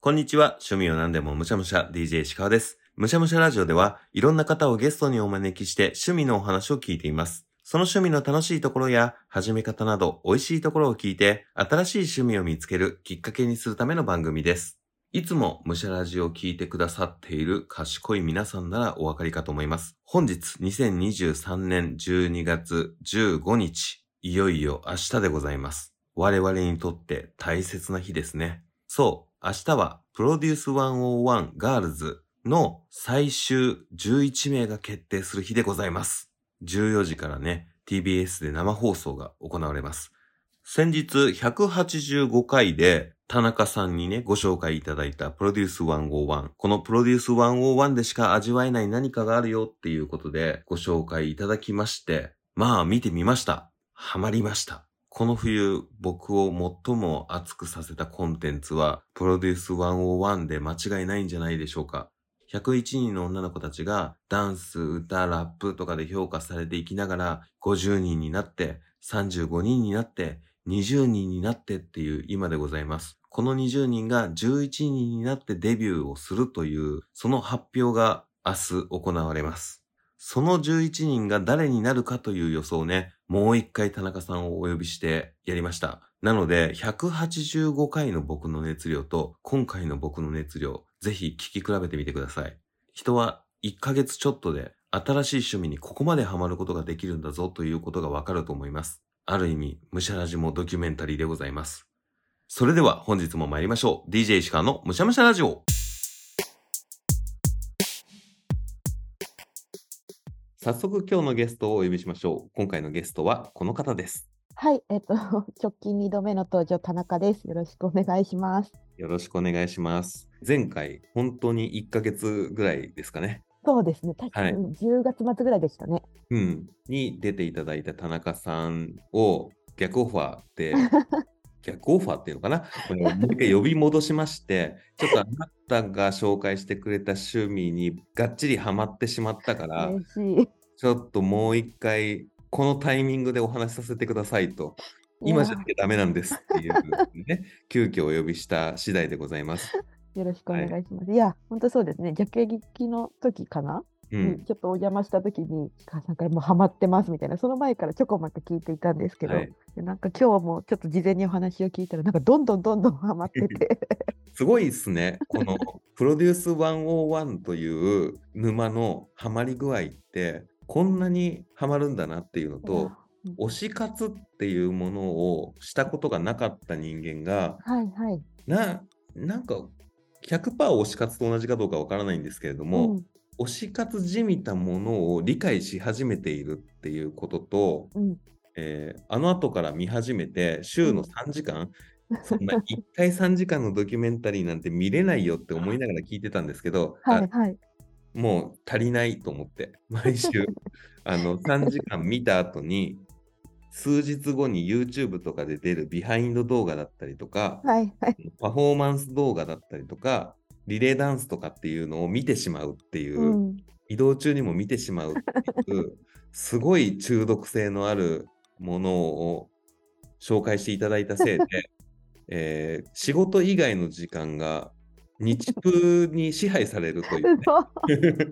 こんにちは。趣味を何でもむしゃむしゃ DJ 石川です。むしゃむしゃラジオでは、いろんな方をゲストにお招きして趣味のお話を聞いています。その趣味の楽しいところや始め方など美味しいところを聞いて、新しい趣味を見つけるきっかけにするための番組です。いつもむしゃラジオを聞いてくださっている賢い皆さんならお分かりかと思います。本日2023年12月15日、いよいよ明日でございます。我々にとって大切な日ですね。そう、明日はプロデュース101ガールズの最終11名が決定する日でございます。14時からね、TBS で生放送が行われます。先日185回で田中さんにね、ご紹介いただいたプロデュース101。このプロデュース101でしか味わえない何かがあるよっていうことでご紹介いただきまして、まあ見てみました。ハマりました。この冬、僕を最も熱くさせたコンテンツは、プロデュース101で間違いないんじゃないでしょうか。101人の女の子たちが、ダンス、歌、ラップとかで評価されていきながら、50人になって、35人になって、20人になってっていう今でございます。この20人が11人になってデビューをするという、その発表が明日行われます。その11人が誰になるかという予想ね、もう一回田中さんをお呼びしてやりました。なので、185回の僕の熱量と、今回の僕の熱量、ぜひ聞き比べてみてください。人は1ヶ月ちょっとで、新しい趣味にここまでハマることができるんだぞということがわかると思います。ある意味、むしゃらじもドキュメンタリーでございます。それでは本日も参りましょう。DJ 石川のむしゃむしゃラジオ。早速今日のゲストをお呼びしましょう。今回のゲストはこの方です。はい、えっと、 直近2度目の登場、田中です。よろしくお願いします。よろしくお願いします。前回、本当に1ヶ月ぐらいですかね。そうですね、確はかいに10月末ぐらいでしたね。うん。に出ていただいた田中さんを逆オファー で、逆オファーっていうのかなこれをもう一回呼び戻しまして、ちょっとあなたが紹介してくれた趣味にがっちりハマってしまったから、嬉しい。ちょっともう一回、このタイミングでお話しさせてくださいと、 今じゃいなきゃダメなんですっていうね、急遽お呼びした次第でございます。やよろしくおは願いいします。い、や、本当そうですね、逆撃の時かな、うにん。ちょっとお邪魔した時に、母さんからもうハマってますみたいな、その前からちょこまか聞いていたんですけど、はいでなんか今日もちょっと事前にお話を聞いたら、なんかどんどんどんどんハマってて、 すごいっすね。こ のプロデュース101という沼のハマり具合って、こんなにハマるんだなっていうの と、推し活っていうものをしたことがなかった人間が、はいはい。な、なんか、100%推し活と同じかどうかわからないんですけれども、うん推し活じみたものを理解し始めているっていうことと、うん、えーあの後から見始めて週のうん3時 間、そんな1回3時間のドキュメンタリーなんて見れないよって思いながら聞いてたんですけど、はいはい。あもう足りないと思って 毎週あの3時間見た後に数日後に YouTube とかで出るビハインド動画だったりとか、はいはい。パフォーマンス動画だったりとかリレーダンスとかっていうのを見てしまうっていう。うん移動中にも見てしまうっていうすごい中毒性のあるものを紹介していただいたせいで、えー仕事以外の時間が日中に支配されるといすうね、ごい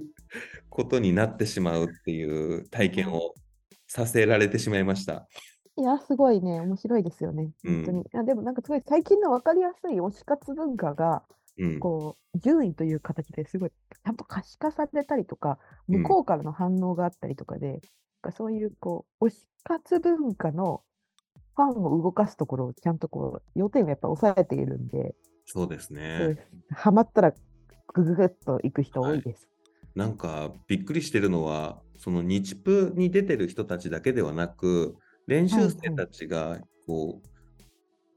ことになってしまうっていう体験をさせられてしまいました。いや、すごいね、面白いですよね。うん本当に。あでも、なんかすごい最近の分かりやすい推し活文化が、うん、こう、順位という形ですごい、ちゃんと可視化されたりとか、うん向こうからの反応があったりとかで、なんかそういう、こう、推し活文化のファンを動かすところをちゃんとこう、要点をやっぱ抑えているんで、そうですそうねで。すハマったらグググッと行く人多いです。なんかびっくりしてるのは、その日プに出てる人たちだけではなく、練習生たちがこう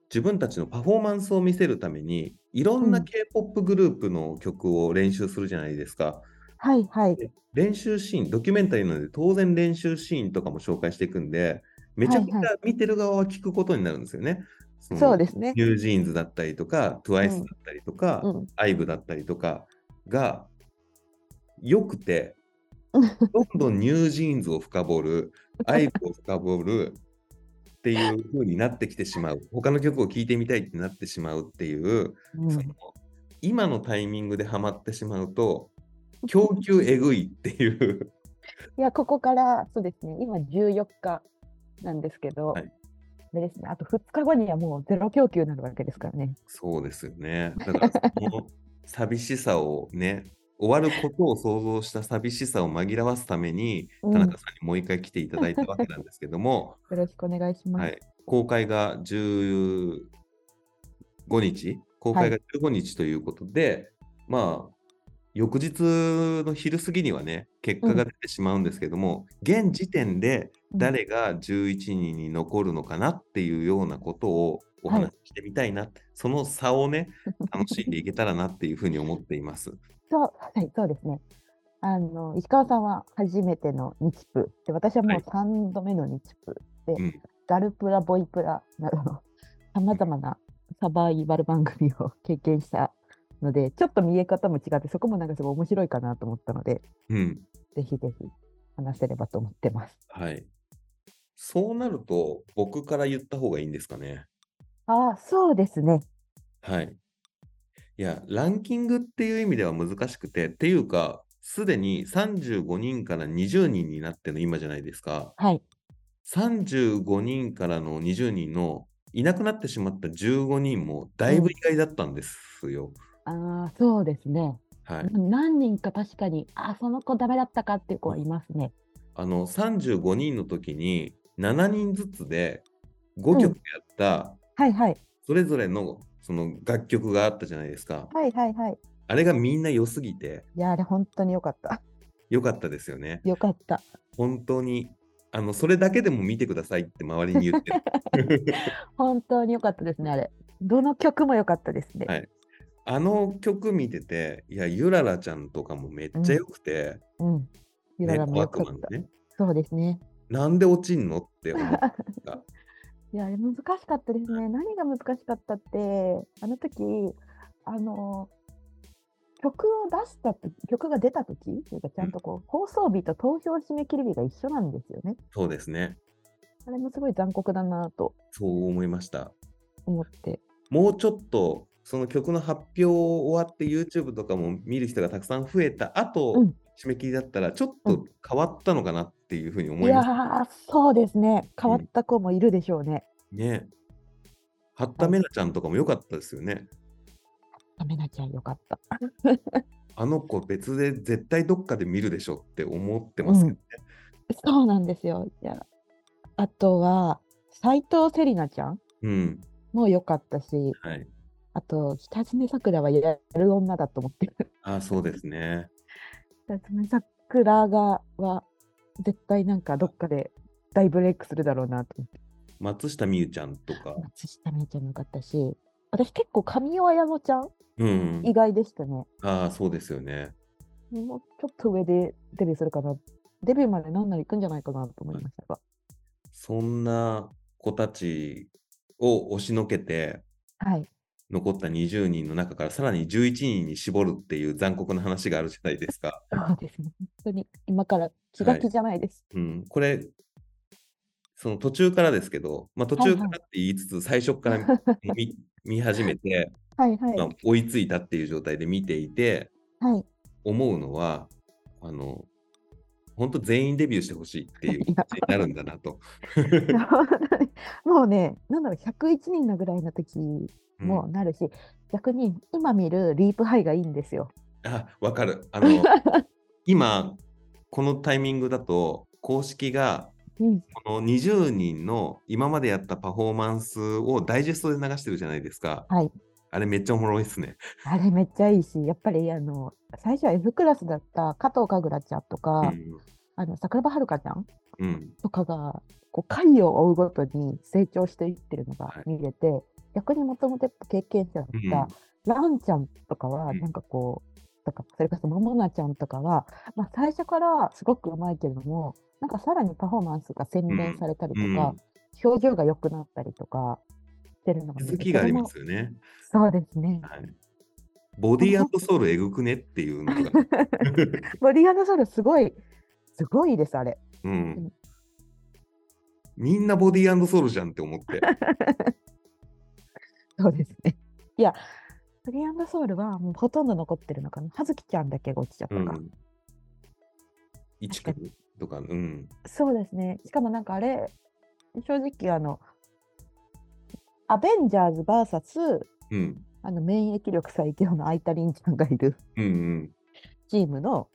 自分たちのパフォーマンスを見せるために、いろんなうん K-POP グループの曲を練習するじゃないですか。はいはい。練習シーン、ドキュメンタリーなので、当然練習シーンとかも紹介していくんで、めちゃくちゃはい見てる側は聞くことになるんですよね。そのそうですね。ニュージーンズだったりとか、TWICE だったりとか、うん。アイブだったりとかが良く て、どんどんニュージーンズを深掘る、アイブを深掘るっていう風になってきてしまう、他の曲を聴いてみたいってなってしまうっていう、うそんの今のタイミングでハマってしまう と、供給えぐいっていう。いや、ここから、そうですね、今14日なんですけど、はいあれですね、あと2日後にはもうゼロ供給になるわけですからね。そうですよね。だから、その寂しさをね、終わることを想像した寂しさを紛らわすために、うん田中さんにもう一回来ていただいたわけなんですけども、よろしくお願いします。はい、公開が15日、公開が15日ということで、まあ、翌日の昼過ぎにはね、結果が出てしまうんですけども、現時点でうん誰が11人に残るのかなっていうようなことをお話ししてみたいな、 その差をね、楽しんでいけたらなっていうふうに思っています。そう、はい、そうですね。あの石川さんは初めての日プで私はもはうい3度目の日プで、うんガルプラボイプラなどのさまざまなサバイバル番組を経験したのでちょっと見え方も違ってそこもなんかすごい面白いかなと思ったのでうんぜひぜひ話せればと思ってます。はい、そうなると、僕から言った方がいいんですかね。ああそうですね。はい。いや、ランキングっていう意味では難しくて、っていうか、すでに35人から20人になっての今じゃないですか。はい。 35人からの20人のいなくなってしまった15人もだいぶ意外だったんですよ。ああそうですね。はい。何人か確かにあーその子ダメだったかっていう子はいますね。あの、35人の時に7人ずつで5曲やった、はいはいそれぞれのその楽曲があったじゃないですか。はいはいはい。あれがみんな良すぎていやあれ本当に良かった。良かったですよね。よかった。本当にあのそれだけでも見てくださいって周りに言 ってる本当に良かったですね、あれ。どの曲も良かったですね。はいあの曲見てていやゆららちゃんとかもめっちゃ良くて、うん。ゆらねらも小良か悪魔っのた。ねそうですね。なんで落ちんのって思 ったいや、あれ難しかったですね。何が難しかったって、あの時、あの、曲を出したと曲が出た時というか、ちゃんとこう、放送日と投票締め切り日が一緒なんですよね。そうですねあれもすごい残酷だなとそう思いました思って。もうちょっとその曲の発表終わって YouTube とかも見る人がたくさん増えた後、うん締め切りだったらちょっうと変わったのかなっていうふうにい思いやましたー、そうですね。変わった子もいるでしょうね。ね。八田めなちゃんとかも良かったですよね。ダメなちゃんよかった。あの子別で絶対どっかで見るでしょって思ってますけどね。そうなんですよ。いやあとは斉藤セリナちゃんうん、も良かったし、はい。あと北爪さくらはやる女だと思ってる。ああ、そうですね。北爪さくらがは絶対なんかどっかで大ブレイクするだろうなと思って。松下美優ちゃんとか。松下美優ちゃんも良かったし、私結構神尾綾乃ちゃんうん。意外でしたね。ああ、そうですよね。もうちょっと上でデビューするかな。デビューまでなんなら行くんじゃないかなと思いましたが。そんな子たちを押しのけて、はい。残った20人の中からさらに11人に絞るっていう残酷な話があるじゃないですか。そうですね。 本当に今から気が気じゃないです。うん。これ、その途中からですけど、まあ途中かはいらって言いつつ、最初から見見始めて、はい、はい、まあ追いついたっていう状態で見ていて、 はい。思うのは、あの、本当全員デビューしてほしいっていういや感じになるんだなと。いや本当にもうね、なんだろう、101人なぐらいの時うんもなるし、逆に今見るリープハイがいいんですよ。あ、わかる。あ の、今、このタイミングだと、公式が、うん、この20人の今までやったパフォーマンスをダイジェストで流してるじゃないですか。はい。あれめっちゃおもろいですね。あれめっちゃいいし、やっぱりあの最初は F クラスだった加藤かぐらちゃんとか、あの桜庭遥香ちゃんうん。うんとかが、こう回を追うごとに成長していってるのがはい見れて、逆にもともとやっぱ経験者だった、ランちゃんとかは、うんなんかこう、とかそれこそももなちゃんとかは、まあ、最初からすごくうまいけれども、なんかさらにパフォーマンスが洗練されたりとか、うん表情が良くなったりとかしてるのが気見づれてきがありまとすよね。てもそうですね。はい。ボディソウルえぐくねっていうの が。ボディアナソルすごい、すごいです、あれ。うん。みんなボデ ィソウルじゃんって思って。そうですね。いや、スリーソウルはもうほとんど残ってるのかな。葉月ちゃんだけが落ちちゃったうか。ん。一組とか、うん。そうですね。しかもなんかあれ、正直あの、アベンジャーズ VS うん。あの免疫力最強の相田凛ちゃんがいる うんうん。チームの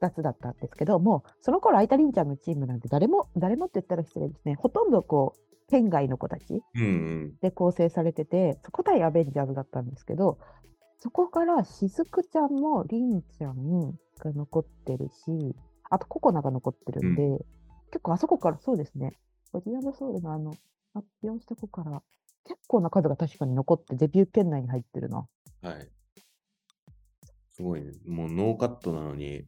2つだったんですけど、もうその頃相田凛ちゃんのチームなんて誰も、誰もって言ったら失礼ですね。ほとんどこう、県外の子たちうんうん。で構成されてて、そこ対アベンジャーズだったんですけど、そこからしずくちゃんもりんちゃんが残ってるし、あとココナが残ってるんで、結構あそこからそうですね、ゴジアムソウルのあの、発表した子から、結構な数が確かに残ってデビュー圏内に入ってるな。 はい。すごいね。もうノーカットなのに、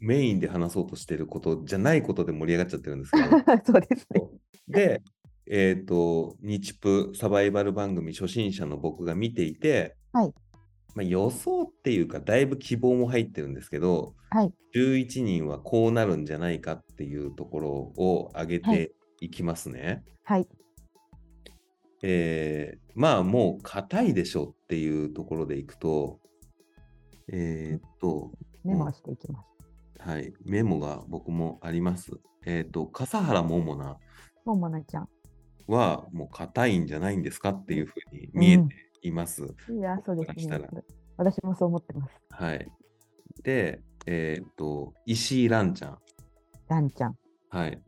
メインで話そうとしてることじゃないことで盛り上がっちゃってるんですけど。そうですね。で、えっ、と、日プサバイバル番組初心者の僕が見ていて、はいまあ、予想っていうか、だいぶ希望も入ってるんですけど、はい。 11人はこうなるんじゃないかっていうところを挙げはていきますね。はい。えーまあもう硬いでしょっていうところでいくと、えーっと、メモしていきます。はい、メモが僕もあります。えーっと、笠原桃奈もうもなちゃん。はもう硬いんじゃないんですかっていうふうに見えています。いや、そうでここからすしたねら。私もそう思ってます。はい。で、えーっと、石井蘭ちゃん。ランちゃん。はい。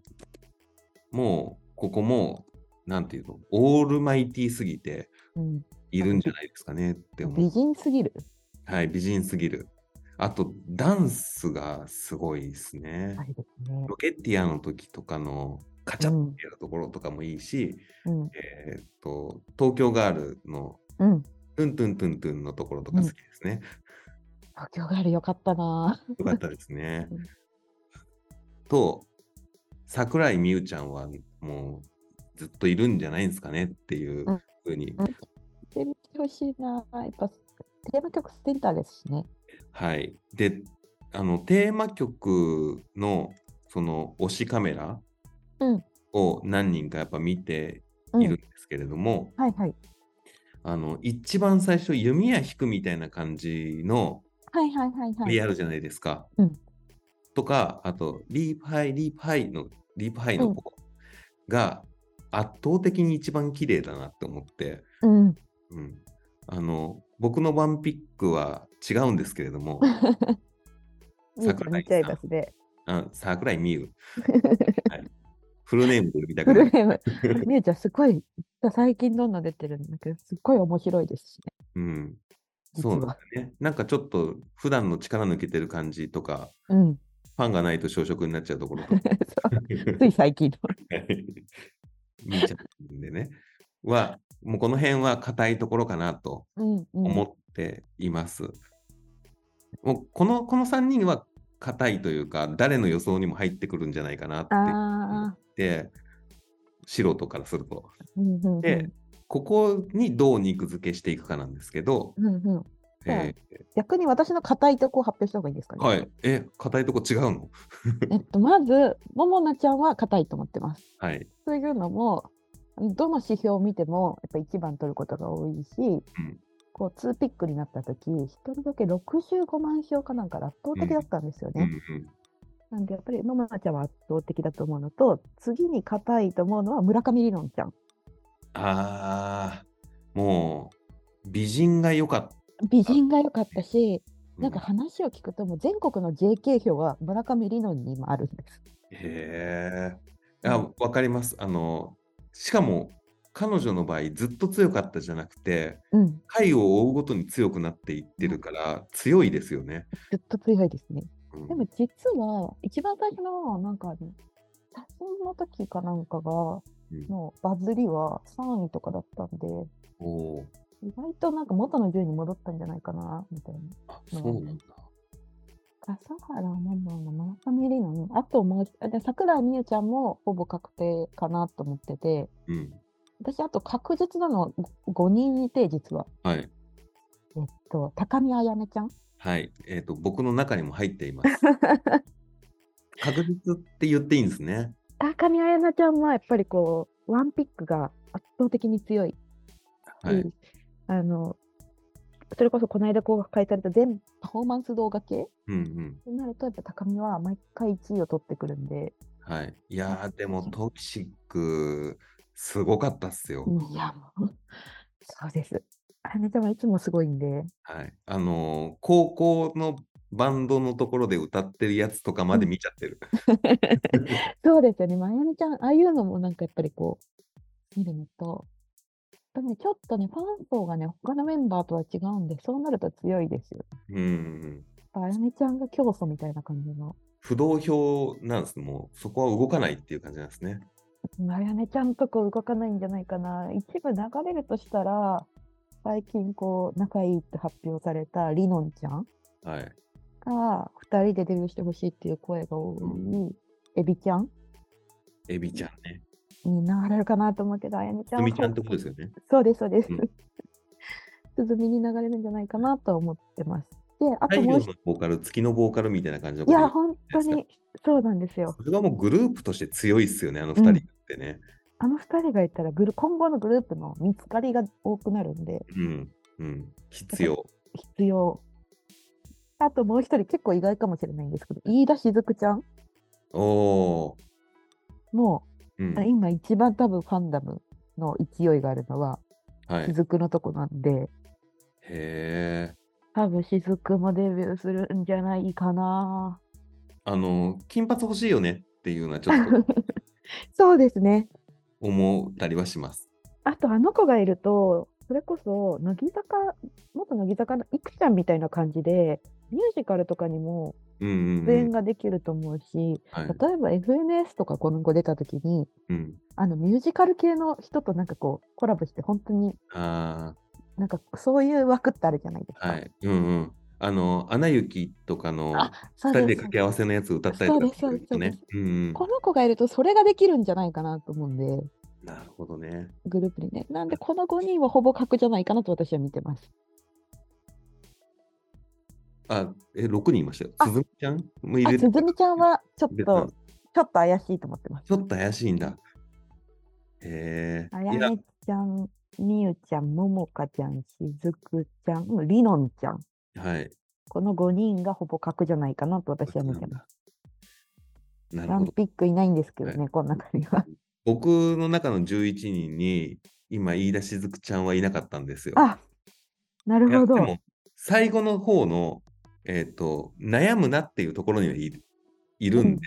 もう、ここも、なんていうの、オールマイティーすぎてうん。いるんじゃないですかねって思う美人すぎる。はい、美人すぎる。あと、ダンスがすごいですねあ。れですね。ロケッティアの時とかのカチャッってやるところとかもいいし、うん。えーっと、東京ガールのうん。トゥントゥントゥントゥンのところとか好きですね。東京ガールよかったなぁ。よかったですねうん。と、桜井美羽ちゃんはもうずっといるんじゃないですかねっていうふうに、んテレビ来てほしいなぁ。やっぱ、テーマ曲センターですしね。はい。で、あの、テーマ曲の、その、推しカメラうんを何人かやっぱ見てうんいるんですけれども、はいはい。あの、一番最初、弓矢引くみたいな感じの、はいはいはいはい。リアルじゃないですか。うんとか、あと、リープハイ、リープハイの、リープハイの子が、圧倒的に一番綺麗だなって思って、うん。うん、あの、僕のワンピックは違うんですけれど も、見ちゃ見ちゃいま すね。あ桜井美 優、はいフルネームで呼びたくフなルい。ネーム。みゆちゃん、すごい、最近どんどん出てるんだけど、すっごい面白いですしね。うん。実そはうなんだね。なんかちょっと普段の力抜けてる感じとか、うん。 ファンがないと小食になっちゃうところとか、つい最近の。 見ちゃうんでね。は、もうこの辺は硬いところかなとうん、うん。思っています。もうこのこの3人は硬いというか、誰の予想にも入ってくるんじゃないかなってああ。言って、素人からすると。うんうんうん。でここにどう肉付けしていくかなんですけど、うんうん、え逆に私の硬いとこを発表した方がいいですかーね。はい。え、硬いとこ違うのえっと、まず、ももなちゃんは硬いと思ってます。はい。というのも、どの指標を見ても、やっぱ一番取ることが多いし、こう、ツーピックになった時、一人だけ65万票かなんかで圧倒的だったんですようんうね。んなんで、やっぱり、ももなちゃんは圧倒的だと思うのと、次に硬いと思うのは村上りのんちゃん。ああ、もう、美人が良かった。美人が良かったし、うなんか話を聞くと、もう全国の JK 票は村上りのんに今あるんです。へえ。あ、わかります。あの、しかも、彼女の場合、ずっと強かったじゃなくて、うん。回を追うごとに強くなっていってるから、強いですよね。ずっと強いですね。うんでも実は一番最初のなんかね写真の時かなんかがうんのバズりは3位とかだったんでおー意外となんか元の順位に戻ったんじゃないかなみたいな。あ、そうなんだ。笠原ママの村上里奈あともうあで桜井美優ちゃんもほぼ確定かなと思っててうん。私あと確実なの5人いて実は。はい。えっと、高見あやねちゃんはい。えっ、と、僕の中にも入っています。確実って言っていいんですね。高見あやねちゃんはやっぱりこうワンピックが圧倒的に強いはい。あのそれこそこの間公開された全パフォーマンス動画系うんうん。になると、やっぱ高見は毎回1位を取ってくるんで、はい。いやー、でもトキシック、すごかったっすよ。いや、もう、そうです。あなたはいつもすごいんで、はい。あのー高校のバンドのところで歌ってるやつとかまで見ちゃってる。そうですよね、まやみちゃん、ああいうのもなんかやっぱりこう、見るのと、やっぱね、ちょっとね、ファン層がね、他のメンバーとは違うんで、そうなると強いですよ。うんうん。やっぱあやみちゃんが教祖みたいな感じの、不動票なんです。もうそこは動かないっていう感じなんですね。あやみちゃんとこう動かないんじゃないかな、一部流れるとしたら、最近こう、仲いいって発表されたりのんちゃんはい。が、2人でデビューしてほしいっていう声が多うい、エビちゃんエビちゃんね。に流れるかなと思うけど、あやみちゃつんはみちゃんってことですよね。そうです、そうですうん。鈴見に流れるんじゃないかなと思ってます。で、あ太とも陽うの一ボーカル、月のボーカルみたいな感じのいことや、本当にそうなんですよ。それはもうグループとして強いっすよね、あの二う人んってね。あの二人がいたらグル、今後のグループの見つかりが多くなるんで、うん。うん。必要。必要。あともう一人、結構意外かもしれないんですけど、飯田しずくちゃんおー。の、うんあ。今一番多分ファンダムの勢いがあるのは、はい。しへずくのとこなんで、え。多分しずくもデビューするんじゃないかな。あの、金髪欲しいよねっていうのはちょっとそうですね。思ったりはします。あとあの子がいると、それこそ乃木坂、元乃木坂のいくちゃんみたいな感じで、ミュージカルとかにもうんうん、うん。出演ができると思うし、はい例えば FNS とかこの子出た時に、うん、あのミュージカル系の人となんかこうコラボして、本当にあなんかそういう枠ってあるじゃないですあ、か。はい。うんうん。あの、アナ雪とかのあそ二う人でです掛け合わせのやつ歌ったりとかそうですするよね。うんうん。この子がいるとそれができるんじゃないかなと思うんで、なるほどね。グループにね。なんでこの5人はほぼ格じゃないかなと私は見てます。あ、え、6人いましたよ。あ鈴ずちゃんも入あ、れつてづみちゃんはちょっ出たと、ちょっと怪しいと思ってます。ちょっと怪しいんだ。へあえ。やいやめ、ちゃん、みゆちゃん、ももかちゃん、しずくちゃん、りのんちゃん。はい。この5人がほぼ格じゃないかなと私は見てます。なるワほンど。ピックいないんですけどはね、この中には。僕の中の11人に、今、飯田しずくちゃんはいなかったんですよ。あなるいやほどで。も最後の方の、えー、と悩むなっていうところにはいるいるんで、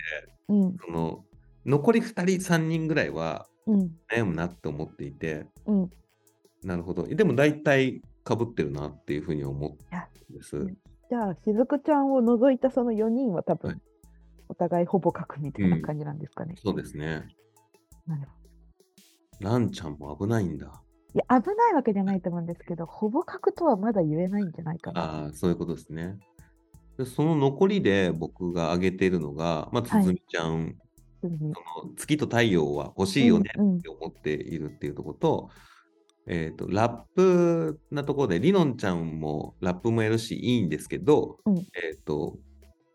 うん、その残り2人3人ぐらいはうん、悩むなって思っていてうん。なるほどでも大体かぶってるなっていうふうに思うんです、いやじゃあ、しずくちゃんを除いたその4人は多はい分、お互いほぼ格みたいな感じなんですかね。そうですねなるほどランちゃんも危ないんだいや、危ないわけじゃないと思うんですけど、ほぼ格とはまだ言えないんじゃないかな。ああそういうことですねでその残りで僕が挙げているのが、まあ、つはいづみちゃん、うんその月と太陽は欲しいよねうんうんって思っているっていうところと、えっ、と、ラップなところで、りのんちゃんもラップもやるし、いいんですけど、うんえっ、と、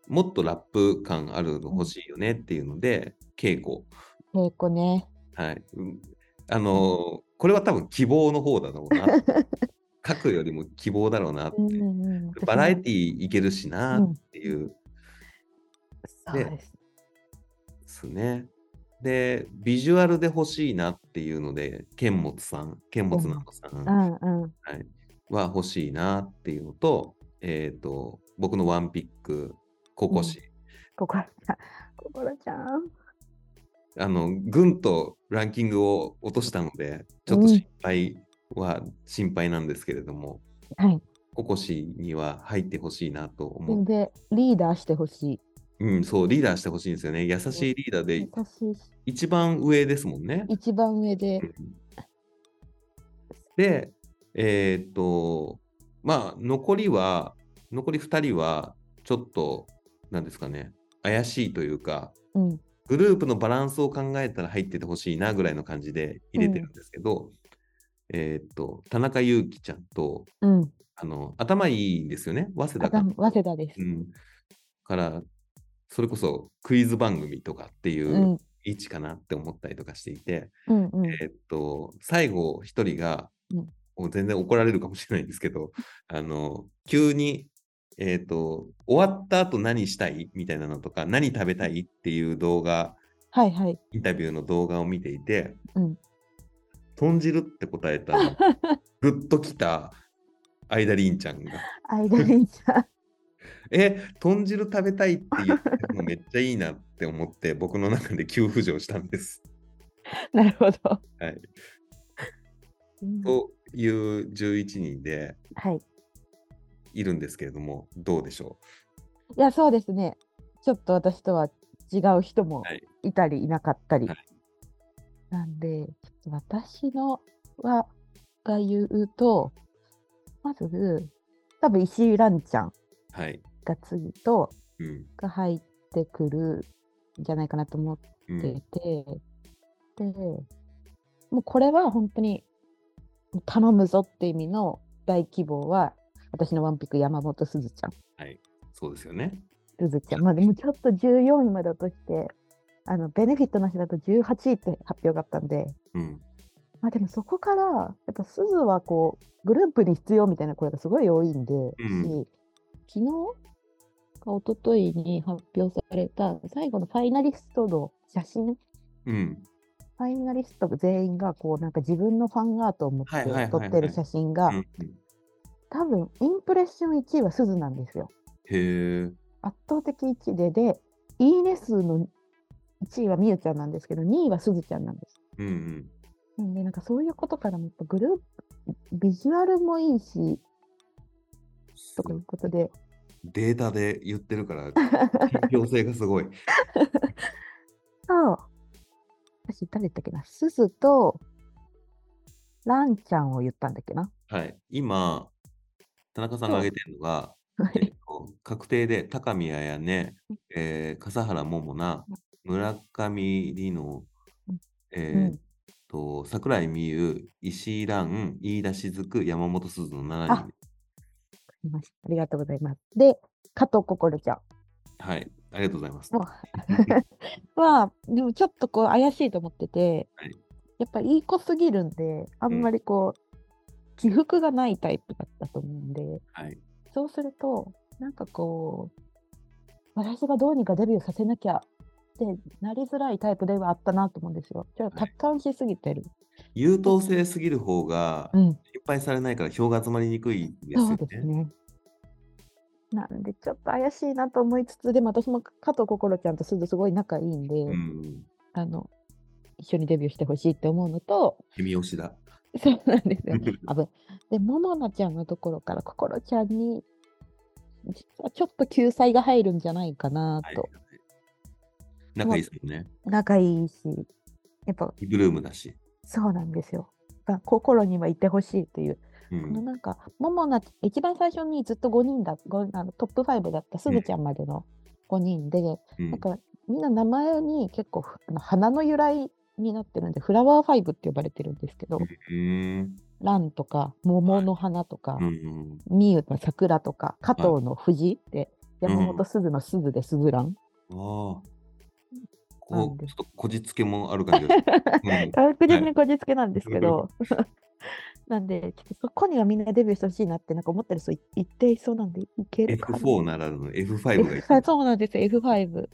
もっとラップ感あるの欲しいよねっていうので、稽古。稽古ね。はい。うんあのーこれは多分希望の方だろう な。書くよりも希望だろうなって。うんうんうんバラエティーいけるしなっていう。そうです。ですね。で、ビジュアルで欲しいなっていうので、剣本さん、剣本直子さうんんうん。は欲しいなっていうのと、えっ、と、僕のワンピック、ココシ、ここらちゃん。ここらちゃん。あの、ぐんとランキングを落としたので、ちょっと心配は心配なんですけれども、はい。ココシには入ってほしいなと思う。で、リーダーしてほしい。うん、そう、リーダーしてほしいんですよね。優しいリーダー優で、しいし、一番上ですもんね。一番上で。で、えーっと、まあ、残りは、残り2人は、ちょっと、なんですかね、怪しいというか、うん。グループのバランスを考えたら入っててほしいなぐらいの感じで入れてるんですけど、えーっと、田中裕樹ちゃんと、うん。あの、頭いいんですよね、早稲田か頭ら。早稲田です。う。ん。から、それこそクイズ番組とかっていううん位置かなって思ったりとかしていて、うん。うん。えっと、最後一人がうん、もう全然怒られるかもしれないんですけど、 あの、急に、えっ、と、終わった後何したいみたいなのとか、何食べたいっていう動画、はいはい。インタビューの動画を見ていて、うん豚汁って答えた、 ぐっときた、アイダリーンちゃんが、間にじゃあ。え、豚汁食べたいって言ってるのめっちゃいいなって思って、僕の中で急浮上したんです。なるほど。はい。うんという11人ではい。いるんですけれども、どうでしょいや、そうですね。ちょっと私とは違う人もはいいたりいなかったり。はいなんで、ちょっと私のはが言うと、まず、多分石井蘭ちゃんうはい。が次と、うん。が入ってくるんじゃないかなと思っうんてて、で、もうこれは本当に頼むぞって意味の大希望は、私のワンピック山本すずちゃん。そうですよね。すずちゃん。まあでもちょっと14位まで落として、あの、ベネフィットなしだと18位って発表があったんで、うん。まあでもそこから、やっぱすずはこう、グループに必要みたいな声がすごい多いんで、んし昨日か一昨日に発表された最後のファイナリストの写真、フうん。ァイナリスト全員がこう、なんか自分のファンアートを持ってはいはいはいはい撮ってる写真がう、ん多分インプレッション1位はすずなんですよ。へえ。圧倒的1位で、で、いいね数の1位はみゆちゃんなんですけど、2位はすずちゃんなんです。うんうん。なんで、なんかそういうことからも、やっぱグループ、ビジュアルもいいし、とかいうことで、データで言ってるから、信憑性がすごい。と、私、誰だったっけな、すずと、ランちゃんを言ったんだっけな。 はい。今、田中さんが挙げてるのが、えっと確定で高宮やね、えー笠原桃奈、村上里乃、えーっと桜井美優、石井蘭、飯田雫、山本すずの7人。いましたありがとうございます。で、加藤心ちゃん。はい、ありがとうございます。もうまあでもちょっとこう怪しいと思ってて、はいやっぱいい子すぎるんであんまりこう、起伏がないタイプだったと思うんではい、そうするとなんかこう私がどうにかデビューさせなきゃってなりづらいタイプではあったなと思うんですよ。ちょっとは達観しすぎてる。優等生すぎる方がうん、心配されないから票が集まりにくいんですそようですね。ね。なんでちょっと怪しいなと思いつつでも私も加藤心ちゃんとすずすごい仲いいんで。うん、あの、一緒にデビューしてほしいって思うのと、君推しだ。そうなんですよ。あぶで、ももなちゃんのところから、こころちゃんに、実はちょっと救済が入るんじゃないかなはいと。仲いいですよね。仲いいし、やっぱリブルームだし。そうなんですよ。やっぱ心にはいてほしいという、うこのん、なんか、ももな、一番最初にずっと5人だ、ごあのトップ5だったすずちゃんまでの5人で、うんなんかみんな名前に結構、あの花の由来になってるんで、フラワーファイブって呼ばれてるんですけど、うん蘭とか桃の花とかう、んみゆの桜とか、加藤の藤って、ん山本すずのすずですずらん。ああ。こなんう、でちょっとこじつけもある感じがす る確実にこじつけなんですけど。 なんで、ちょっとそこにはみんなデビューしてほしいなってなんか思ってる人いいっていそうなんで、いうけん。るかな。 F4 ならぬ F5 がいい F5 そうなんですよ、F5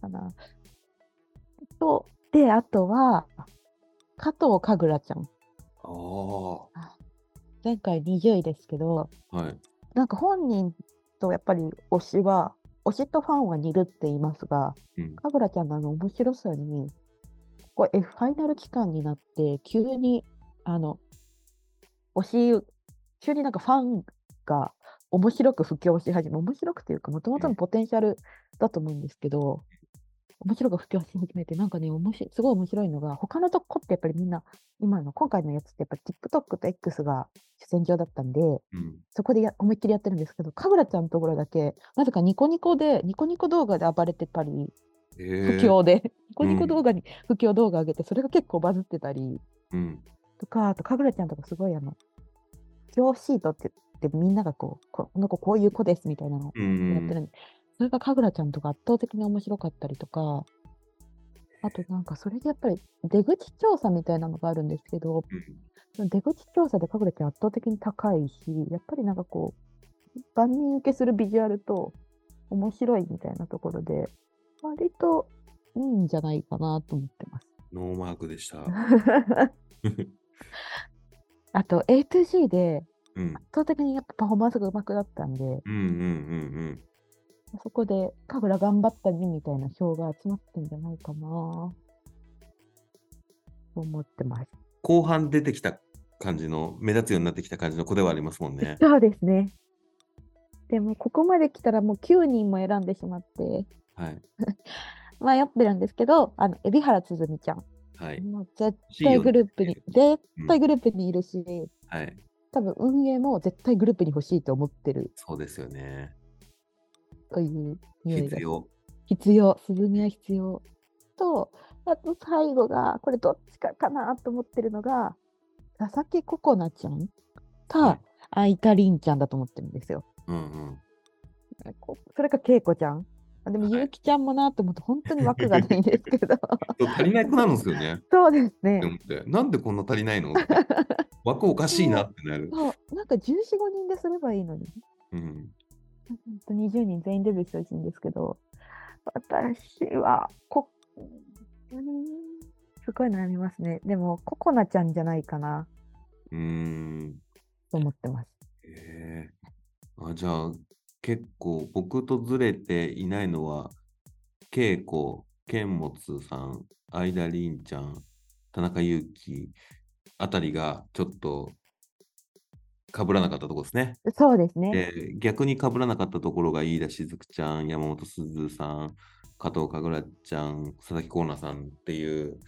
かな。と、で、あとは、加藤かぐらちゃん。ああ。は前回20位ですけど、い。なんか本人とやっぱり推しは、推しとファンは似るって言いますが、うんかぐらちゃんのあの面白さに、これ、ファイナル期間になって、急に、あの、推し、急になんかファンが面白く布教し始め、面白くというか、もともとのポテンシャルだと思うんですけど、面白く布教し始めて、なんかね、おもしすごい面白いのが、他のとこってやっぱりみんな、今の、今回のやつってやっぱ TikTok と X が主戦場だったんで、うん。そこでや思いっきりやってるんですけど、かぐらちゃんのところだけ、なぜかニコニコで、ニコニコ動画で暴れてたり、え不ー況で、ニコニうコん動画に不況動画上げて、それが結構バズってたりうん。とか、あとかぐらちゃんとかすごいあの、不況シートって言って、みんながこう、ここの子こういう子ですみたいなのをうやっんてるんで、それがかぐらちゃんとか圧倒的に面白かったりとか、あとなんかそれでやっぱり出口調査みたいなのがあるんですけうど、んその出口調査で書くだけ圧倒的に高いし、やっぱりなんかこう、万人受けするビジュアルと面白いみたいなところで、割といいんじゃないかなと思ってます。ノーマークで した。あと A2C でうん。圧倒的にやっぱパフォーマンスが上手くなったんで、うんうんうんそこで神楽頑張ったねみたいな票が集まってんじゃないかなと思ってます。後半出てきた感じの、目立つようになってきた感じの子ではありますもん ね。そうですね。でもここまで来たらもう9人も選んでしまってはい。迷ってるんですけどあの海老原つづみちゃんはい。もう絶しいよね対グループに、絶対グループにいるし、はい。多分運営も絶対グループに欲しいと思ってるそうですよね。という匂いが必要。必要、鈴には必要。と、あと最後が、これどっちかかなと思ってるのが、佐々木ココナちゃんはかい、あいたりんちゃんだと思ってるんですよ。うん うん。こそれか、けいこちゃん。あでも、はいゆうきちゃんもなと思って、本当に枠がないんですけ ど。足りなくなるんですよ ね。そうですって思ね。って。なんでこんな足りないの 枠おかしいなってなる。そうなんか14、5人ですればいいのに。うん。本当20人全員デビューしてほしいんですけど、私はこ、うーんすごい悩みますね。でも、ココナちゃんじゃないかなうーん。と思ってます。へえあ、じゃあ、結構、僕とずれていないのは、けいこ、けんもつさん、あいだりんちゃん、田中裕樹あたりが、ちょっと、かぶらなかったとこですね。そうですね。えー逆にかぶらなかったところが、飯田しずくちゃん、山本すずさん、加藤かぐらちゃん、佐々木コーナさんっていう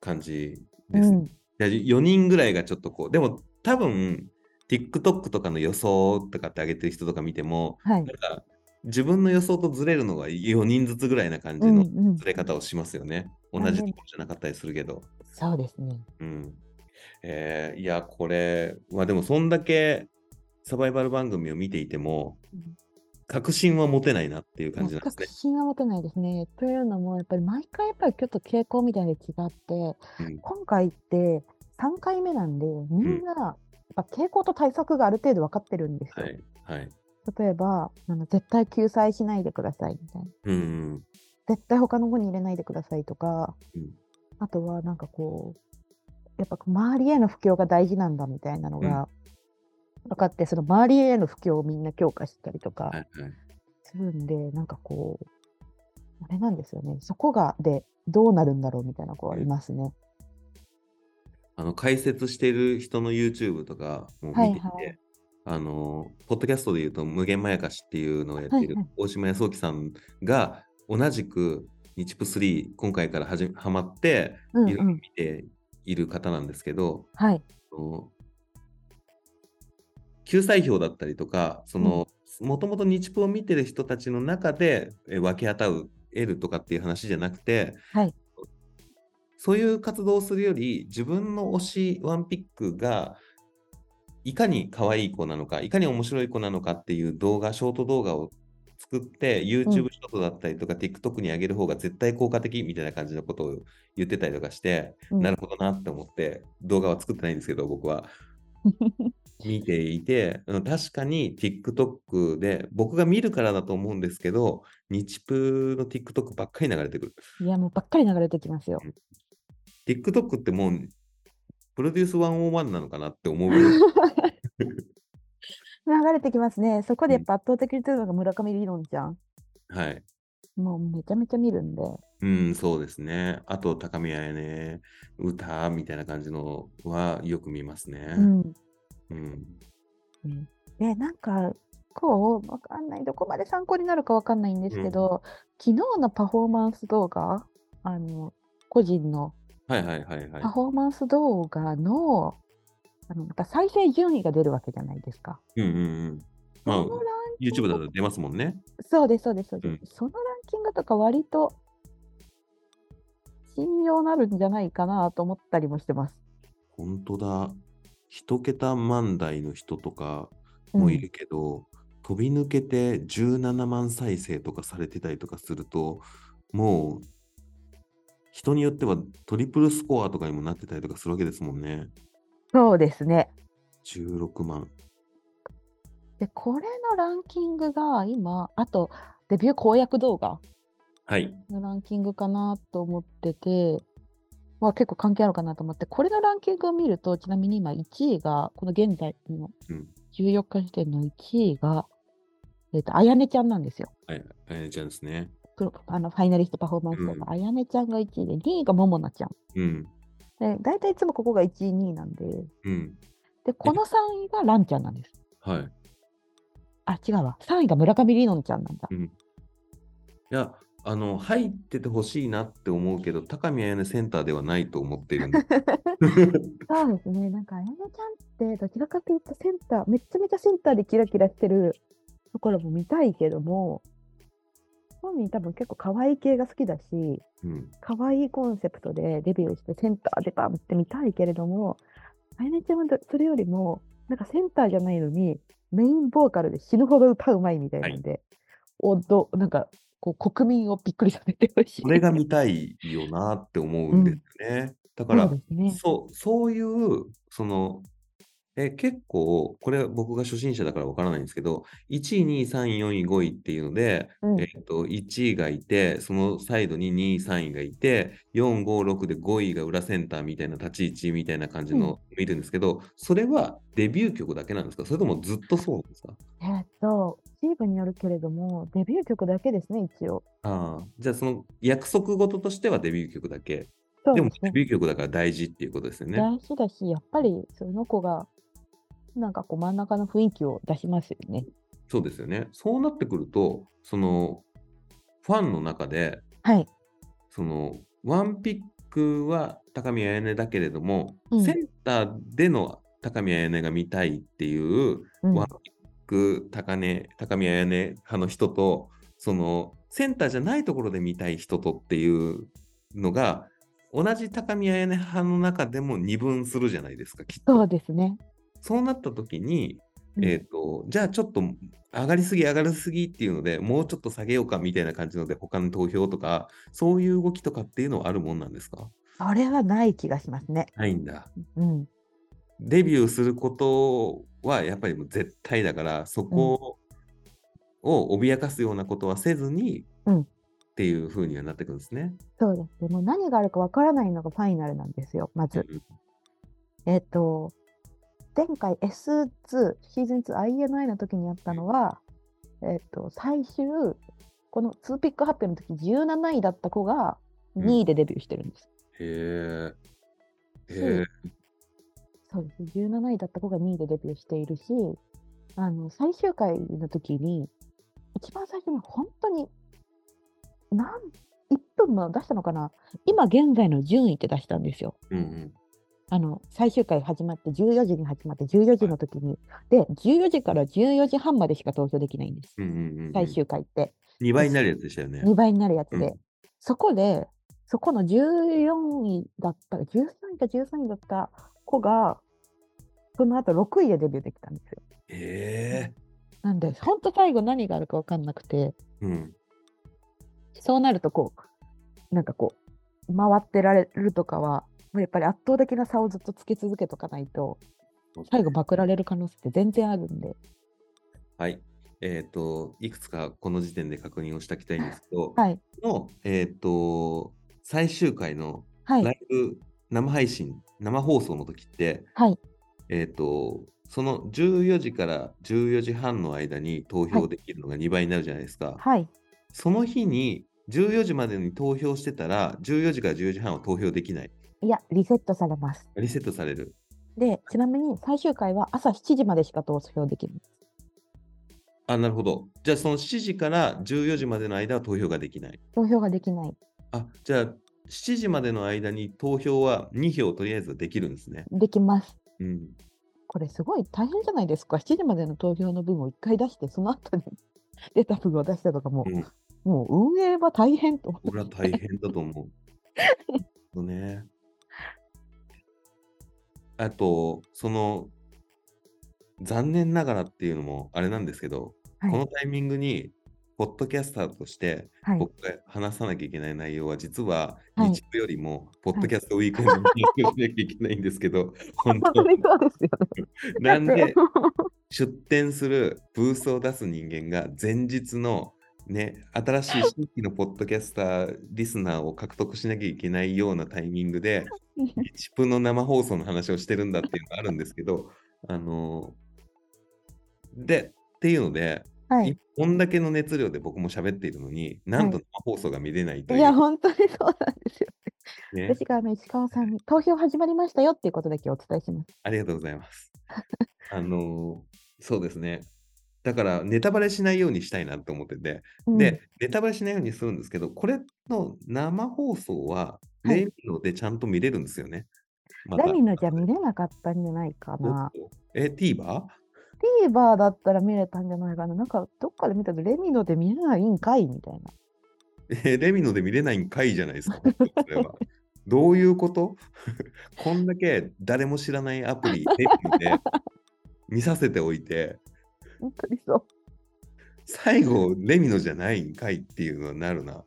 感じうですね。ん、 4人ぐらいがちょっとこう、でも多分 TikTok とかの予想とかって上げてる人とか見ても、はいな。んか自分の予想とずれるのが4人ずつぐらいな感じうんうのん、ずれ方をしますよね。ん同じところじゃなかったりするけど。そうですね。うん。えーいや、これ、まあでもそんだけサバイバル番組を見ていてもうん、確信は持てないなっていう感じなん全ですくね。信は持てないですね。というのも、やっぱり毎回やっぱりちょっと傾向みたいで違って、うん今回って3回目なんで、みんな、やっぱ傾向と対策がある程度分かってるんですよ。はい。はい。例えばあの、絶対救済しないでくださいみたいな。うん。絶対他の子に入れないでくださいとか、うんあとはなんかこうやっぱ周りへの布教が大事なんだみたいなのが分かって、その周りへの布教をみんな強化したりとかはい。はい。するんで、なんかこうあれなんですよねそこがでどうなるんだろうみたいな子はいますね。あの解説してる人の YouTube とかも見てて、はいはあのポッドキャストで言うと「無限まやかし」っていうのをやっているはいはい大島康之さんが同じく日プ3今回からはじはまってうんいうろいろん見ている方なんですけど、はい、あの救済票だったりとかそのもともと日プを見てる人たちの中でえ分け与えるとかっていう話じゃなくて、はいそういう活動をするより自分の推しワンピックがいかに可愛い子なのかいかに面白い子なのかっていう動画ショート動画を作って YouTube ショートだったりとか、TikTok に上げる方が絶対効果的みたいな感じのことを言ってたりとかして、うんなるほどなって思って動画は作ってないんですけど僕 は見ていてうん確かに TikTok で僕が見るからだと思うんですけど日プの TikTok ばっかり流れてくるいやもうばっかり流れてきますよ。 TikTok ってもうプロデュース101なのかなって思う流れてきますね。そこでやっぱ圧倒的にというのが村上理論ちゃん。 はいもうめちゃめちゃ見るんで。うんそうですねあと高宮やね歌みたいな感じのはよく見ますねうんうんでなんかこうわかんないどこまで参考になるかわかんないんですけど、昨日のパフォーマンス動画あの個人のはいはいはいはいパフォーマンス動画の,、あのやっぱ再生順位が出るわけじゃないですか。うんうんうんまあそのラン YouTube だと出ますもんねそうですそうですそうです、うんそのランキングとか割と信用なるんじゃないかなと思ったりもしてます。本当だ。一桁万台の人とかうんもいるけど、飛び抜けて17万再生とかされてたりとかすると、もう人によってはトリプルスコアとかにもなってたりとかするわけですもんね。そうですね。 16万。で、これのランキングが今、あと、デビュー公約動画はい。のランキングかなと思ってて、まあ、結構関係あるかなと思って、これのランキングを見ると、ちなみに今1位が、この現在のうん14日時点の1位が、えっと、あやねちゃんなんですよ。はい。えー、じゃあですね。プロあのファイナリストパフォーマンスで、うんあやねちゃんが1位で、2位がももなちゃん。うん。で、大体いつもここが1位、2位なんで、うん。で、この3位がランちゃんなんです。はい。あ、違うわ。3位が村上りのんちゃんなんだ。いや、あの、入っててほしいなって思うけど、高見彩音センターではないと思っているん で。そうですね。なんか、あやねちゃんって、どちらかというとセンター、めっちゃめちゃセンターでキラキラしてるところも見たいけども、本人多分結構可愛い系が好きだし、うん。可愛いコンセプトでデビューしてセンターでバンって見たいけれども、あやねちゃんはどそれよりも、なんかセンターじゃないのに、メインボーカルで死ぬほど歌うまいみたいなんで、おっと、なんか、こう国民をびっくりさせてほしい。それが見たいよなって思うんですよね。だかそうら、ですね。そう、そういう、その、え、結構、これ僕が初心者だからわからないんですけど、1位、2位、3位、4位、5位っていうので、うんえっと、1位がいて、そのサイドに2位、3位がいて、4、5、6で5位が裏センターみたいな立ち位置みたいな感じの見るんですけど、それはデビュー曲だけなんですかそれともずっとそうなんですかえーっと、チームによるけれども、デビュー曲だけですね、一応。ああ、じゃあその約束事としてはデビュー曲だけ。そうでもすデね。ビュー曲だから大事っていうことですよね。大事だし、やっぱりその子が、なんかこう真ん中の雰囲気を出しますよね。そうですよね。そうなってくると、そのファンの中で、はい。そのワンピックは高見彩音だけれども、うんセンターでの高見彩音が見たいっていううんワンピック高,、ね、高見彩音派の人と、そのセンターじゃないところで見たい人とっていうのが、同じ高見彩音派の中でも二分するじゃないですか、きっと。そうですね。そうなった時に、うんえっ、と、じゃあちょっと上がりすぎ上がりすぎっていうので、もうちょっと下げようかみたいな感じので、他の投票とか、そういう動きとかっていうのはあるもんなんですかあれはない気がしますね。ないんだ。うん。デビューすることはやっぱりもう絶対だから、そこを脅かすようなことはせずに、うんっていう風にはなってくるんですね。そうですね。もう何があるかわからないのがファイナルなんですよ、まず。うんえーっと、前回 S2、シーズン 2INI の時にやったのは、えーっと、最終、この2ピック発表の時17位だった子が2位でデビューしてるんです。へえ。へえ。そうですね17位だった子が2位でデビューしているしあの最終回の時に一番最初に本当に何1分も出したのかな今現在の順位って出したんですよ。うんうん。あの最終回始まって14時に始まって14時の時にで14時から14時半までしか投票できないんですうんうんうん、最終回って2倍になるやつでしたよね。 2倍になるやつで、うんそこでそこの14位だった13位か13位だった子がその後6位でデビューできたんですよ。へえ。なんで、本当最後何があるか分かんなくて、うん。そうなるとこう、なんかこう、回ってられるとかは、もうやっぱり圧倒的な差をずっとつけ続けとかないと、最後まくられる可能性って全然あるんで、はい。えっ、と、いくつかこの時点で確認をしておきたいんですけど、はい、の、えっ、と、最終回のはい、ライブ生配信、生放送の時って、はい、えっ、と、その14時から14時半の間に投は票いできるのが2倍になるじゃないですか。はい、その日に14時までに投票してたら、14時から14時半は投票できない。いや、リセットされます。リセットされる。で、ちなみに最終回は朝7時までしか投票できない。あ、なるほど。じゃあその7時から14時までの間は投票ができない。投票ができない。あ、じゃあ、7時までの間に投票は2票とりあえずできるんですね。できます。うん。これすごい大変じゃないですか。7時までの投票の分を1回出して、その後に 出た分を出したとかもう、うんもう運営は大変と思ってこれは大変だと 思う。そうね。あと、その、残念ながらっていうのもあれなんですけど、はいこのタイミングに、ポッドキャスターとして、はい。僕が話さなきゃいけない内容は、実ははい日曜よりも、ポッドキャストウィークエンドに勉強しなきゃいけないんですけ ど、本本当当にそうですよなんね。で、出店するブースを出す人間が前日のね、新しい新規のポッドキャスターリスナーを獲得しなきゃいけないようなタイミング で、一分の生放送の話をしてるんだっていうのがあるんですけど、あので、っていうので、 はい。こんだけの熱量で僕も喋っているのに、なんと生放送が見れないといいう、や、本当にそうなんですよ。ね私があの石川さんに投票始まりましたよっていうことだけお伝えします。ありがとうございます。あのそうですね。だから、ネタバレしないようにしたいなと思ってて、うんで、ネタバレしないようにするんですけど、これの生放送は、はレいミのでちゃんと見れるんですよね。またラミのじゃ見れなかったんじゃないかな。おっとえ、TVer? TVer だったら見れたんじゃないかな。なんかどっかで見たとレミので見れないんかいみたいな。えレミので見れないんかいじゃないですか、これは。 どういうこと こんだけ誰も知らないアプリ、レミので見させておいて、本当にそう。最後、レミのじゃないんかいっていうのになるな。。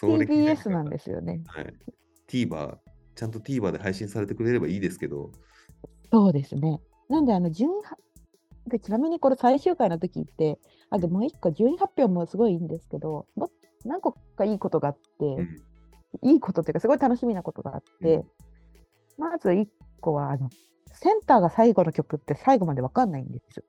TBS なんですすよね。はい、TVer、ちゃんと TVer で配信されてくれればいいですけど、そうですね。なんで、あの、順位はで、ちなみにこれ最終回の時って、あともう一個、順位発表もすごいいいんですけど、も何個かいいことがあって、んいいことっていうか、すごい楽しみなことがあって、まず一個は、あの、センターが最後の曲って最後までわかんないんです。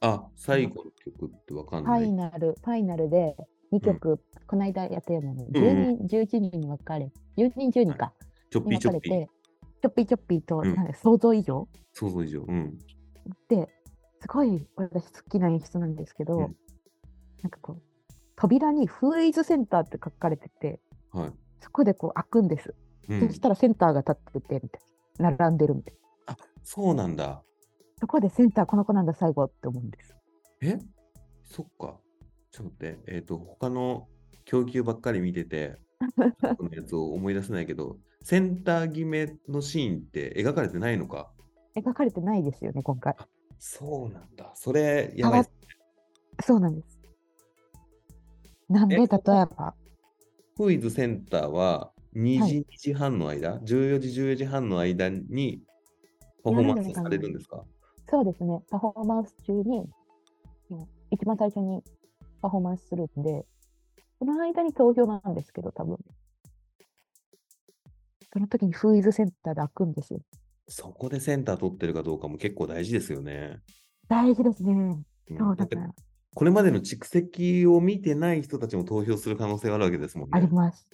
あ、最後の曲ってわかんフない。ァイナル、ファイナルで2曲、この間やったようなの、うん10人、11人に分かれ、10人、10人か、ちょっぴにーち分ょっかれぴー。て、ちょっぴーちょっぴーと、うんなんか想像以上想像以上。うん。ですごい私好きな演出なんですけど、うんなんかこう扉に「フーイズセンター」って書かれててはい。そこでこう開くんです、うんそしたらセンターが立っててみたいな並んでるみたいなあ、そうなんだ。そこでセンターこの子なんだ最後って思うんですえそっか。ちょっと待って、えっ、と、他の供給ばっかり見てて、このやつを思い出せないけど、 センター決めのシーンって描かれてないのか。描かれてないですよね今回そうなんだ。それ、やばいっす。そうなんですなんでえ例えばクイズセンターは2時、2時半の間、14時、14時半の間にパフォーマンスされるんですかそうですねパフォーマンス中にうん一番最初にパフォーマンスするんでその間に投票なんですけど多分その時にフーイズセンターで開くんですよそこでセンター取ってるかどうかも結構大事ですよね。大事ですね。うんそうだだってから、これまでの蓄積を見てない人たちも投票する可能性があるわけですもんね。あります。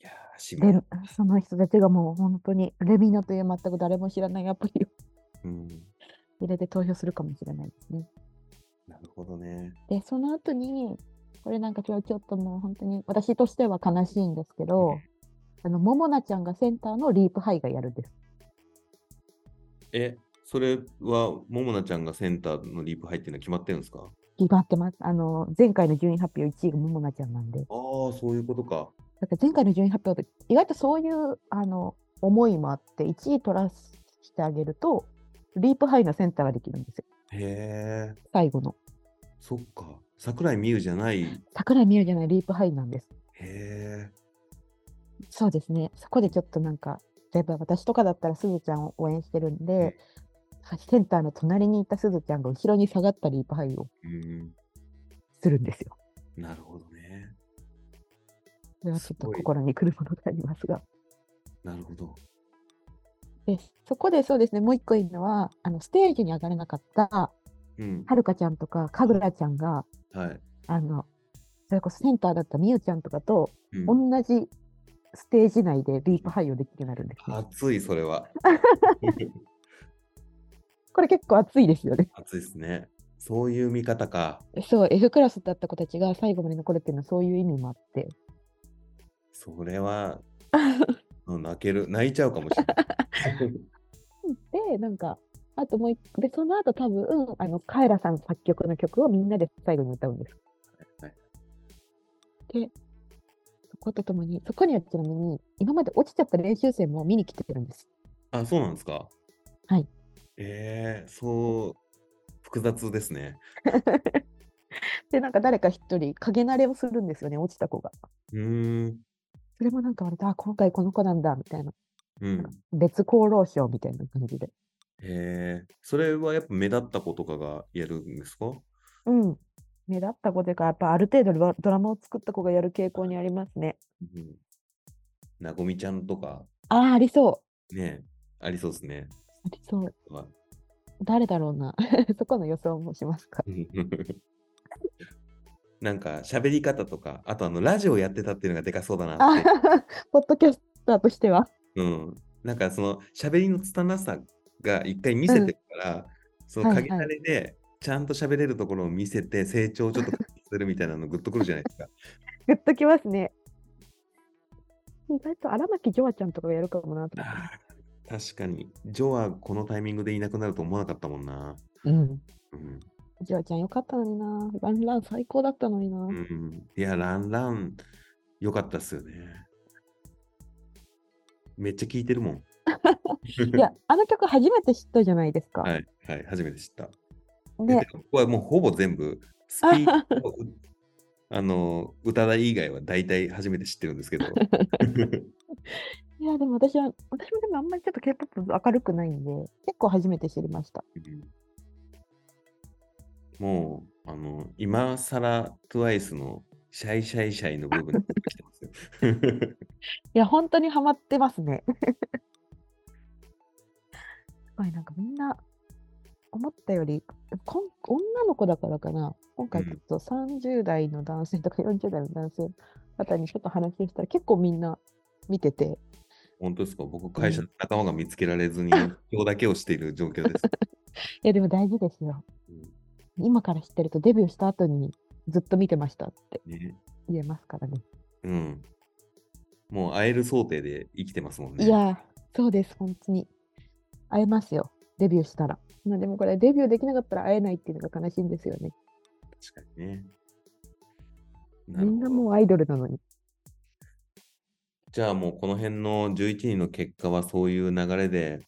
いやーしみで、その人たちがもう本当に、レミノという全く誰も知らないアプリをう ん、入れて投票するかもしれないですね。なるほどね。で、その後に、これなんか今日ちょっともう本当に、私としては悲しいんですけど、あの、ももなちゃんがセンターのリープハイがやるんです。え、それは、ももなちゃんがセンターのリープ入ってるのは決まってるんですかあ決まってます。あの、前回の順位発表1位がももなちゃんなんで。あー、そういうことか。だから前回の順位発表で、意外とそういう、あの、思いもあって、1位取らせてあげると、リープハイのセンターができるんですよ。へえ、最後の。そっか。桜井美優じゃない。へ桜井美優じゃないリープハイなんです。え。そうですね。そこでちょっとなんか、例えば私とかだったらすずちゃんを応援してるんで、センターの隣にいたすずちゃんが後ろに下がったリープハイをうん、するんですよ。なるほどね。それはちょっとすごい心にくるものがありますが。なるほど。でそこでそうですね、もう一個いいのは、あのステージに上がれなかったうん。はるかちゃんとかかぐらちゃんが、はい。あの、それこそセンターだったみゆちゃんとかとうん同じステージ内でリープハイをできるようになるんですね、熱い、それ は。これ結構熱いですよね。熱いですね。そういう見方か。そう、F クラスだった子たちが最後まで残るっていうのはそういう意味もあって、それ は、うん泣ける。泣いちゃうかもしれない。 で、なんか、あともう一で、その後多分、あの、カエラさん作曲の曲をみんなで最後に歌うんです。はいで、そことともに、そこにはちなみに、今まで落ちちゃった練習生も見に来てるんです。あ、そうなんですかはい。えー、そう、複雑ですね。で、なんか誰か一人、影慣れをするんですよね、落ちた子が。うーん。それもなんか割と、あ、今回この子なんだ、みたいな。うん。別厚労省みたいな感じで。へえ。それはやっぱ目立った子とかがやるんですかうん。目立った子というか、やっぱある程度ドラドラマを作った子がやる傾向にありますね。うん。なごみちゃんとか、ああ、ありそう。ね、ありそうですね。 ありそう。は誰だろうな。 そこの予想もしますか。いなんか喋り方とか、あとあのラジオやってたっていうのがでかそうだなあ って。ポッドキャスターとしては。うん。なんかその喋りの拙さが一回見せてるから、そのはいはい陰慣れでちゃんと喋れるところを見せて成長をちょっとするみたいなのグッとくるじゃないですか。グッときますね。意外と荒牧ジョアちゃんとかがやるかもなと思ってあー確かに。ジョはこのタイミングでいなくなると思わなかったもんな。うん。うん。ジョアちゃんよかったのにな。ランラン最高だったのにな。うん、いや、ランラン、よかったっすよね。めっちゃ聞いてるもん。いや、あの曲初めて知ったじゃないですか。はい、はい、初めて知った。でね、ここはもうほぼ全部、スピード とうあの、歌だ以外は大体初めて知ってるんですけど。いや、でも私は、私もでもあんまりちょっと K-POP 明るくないんで、結構初めて知りました。うんもう、あの、今更 TWICE のシャイシャイシャイの部分に来てますよ。 いや、本当にハマってますね。 すごい、なんかみんな、思ったより、こん女の子だからかな、今回うんちょっと30代の男性とか40代の男性方にちょっと話をしたら、結構みんな見てて、本当ですか僕、会社の仲間が見つけられずに、今日だけをしている状況です。いや、でも大事ですよ。うん今から知ってると、デビューした後にずっと見てましたってね言えますからね。うん。もう会える想定で生きてますもんね。いやー、そうです、本当に。会えますよ、デビューしたら。まあでもこれ、デビューできなかったら会えないっていうのが悲しいんですよね。確かにね。なるみほんどなもうアイドルなのに。じゃあもうこの辺の11人の結果はそういう流れで、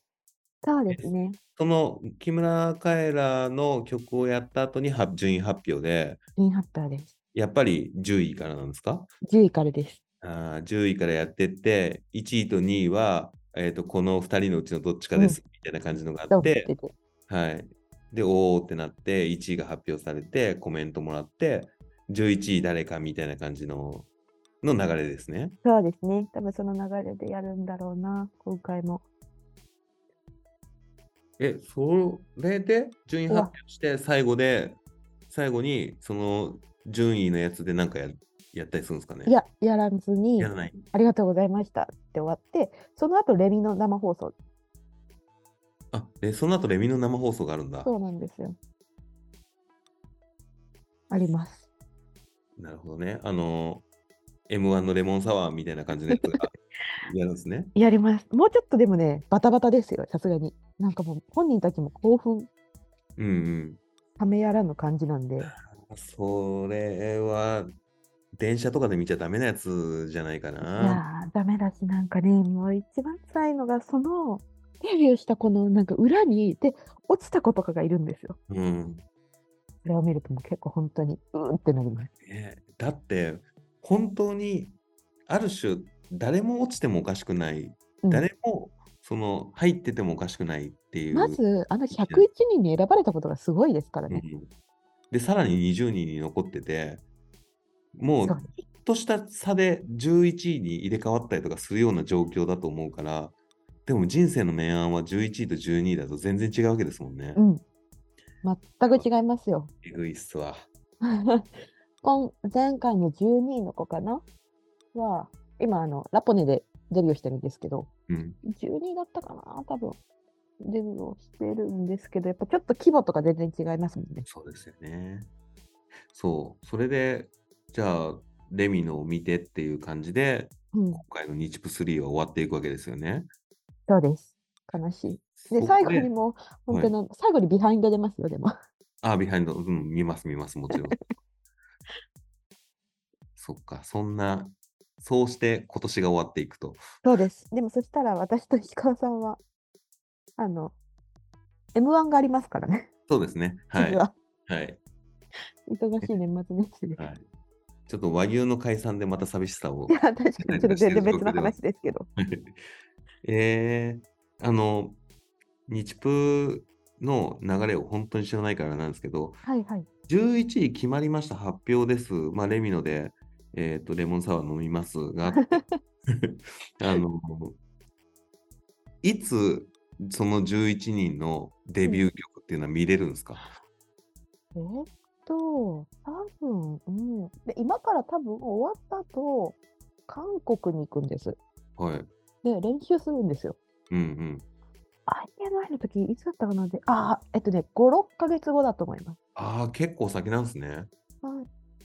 そうですね。その木村カエラの曲をやった後には順位発表で、リンハッターです。やっぱり10位からなんですか10位からです。あー ?10 位からやってって、1位と2位は、えー、とこの2人のうちのどっちかですみたいな感じのがあどっうて、てて。はい。で、おーってなって、1位が発表されて、コメントもらって、11位誰かみたいな感じのの流れですね。そうですね。多分その流れでやるんだろうな、今回も。え、それで順位発表して、最後で、最後にその順位のやつでなんかややったりするんですかねいや、やらずにや、らない。ありがとうございましたって終わって、その後レミの生放送。あ、え、その後レミの生放送があるんだ。そうなんですよ。あります。なるほどね。あの、M1 のレモンサワーみたいな感じのやつ がやるんですね。やります。もうちょっとでもね、バタバタですよ、さすがに。なんかもう本人たちも興奮、うんうん。ためやらぬ感じなんで。それは、電車とかで見ちゃダメなやつじゃないかいな。やー、ダメだし、なんかね、もう一番辛いのが、その、デビューした子のなんか裏に、で、落ちた子とかがいるんですよ。うん、それを見ると、もう結構本当に、うーんってなります。ねだって、本当に、ある種、誰も落ちてもおかしくない。うん誰も、その、入っててもおかしくないっていう。まず、あの101人に選ばれたことがすごいですからうね。んで、さらに20人に残ってて、もう、ちそょうっとした差で11位に入れ替わったりとかするような状況だと思うから、でも人生の明暗は11位と12位だと全然違うわけですもんね。うん。全く違いますよ。 えぐいっすわ。今前回の12位の子かなは、今、あの、ラポネでデビューしてるんですけど、うん。 12だったかな、多分。デビューをしてるんですけど、やっぱちょっと規模とか全然違いますもんね。そうですよね。そう。それで、じゃあ、レミのを見てっていう感じで、うん、今回の日プ3は終わっていくわけですよね。そうです。悲しい。そこで、最後にも、本当に、最後にビハインド出ますよ、でも。あ、ビハインド、うん、見ます、見ます、もちろん。 そっか、そんな、そうして今年が終わっていくと。そうです。でも、そしたら私と石川さんは、あの、M1 がありますからね、そうですね。は次い。は。はい。忙しい年末年始 です。はい。ちょっと和牛の解散でまた寂しさをい。や、確かにちょっと全然別の話ですけど。えー、あの、日プの流れを本当に知らないからなんですけど、はいはい。 11位決まりました発表です。まあ、レミノで、えー、とレモンサワー飲みます が、あの、いつその11人のデビュー曲っていうのは見れるんですか、えーっと、多分、うん。で、今から多分終わった後、韓国に行くんです。はい。で、練習するんですよ。うんうん。 INI の時いつだったかなで、あー、えっとね、5、6ヶ月後だと思います。ああ、結構先なんですね。はい。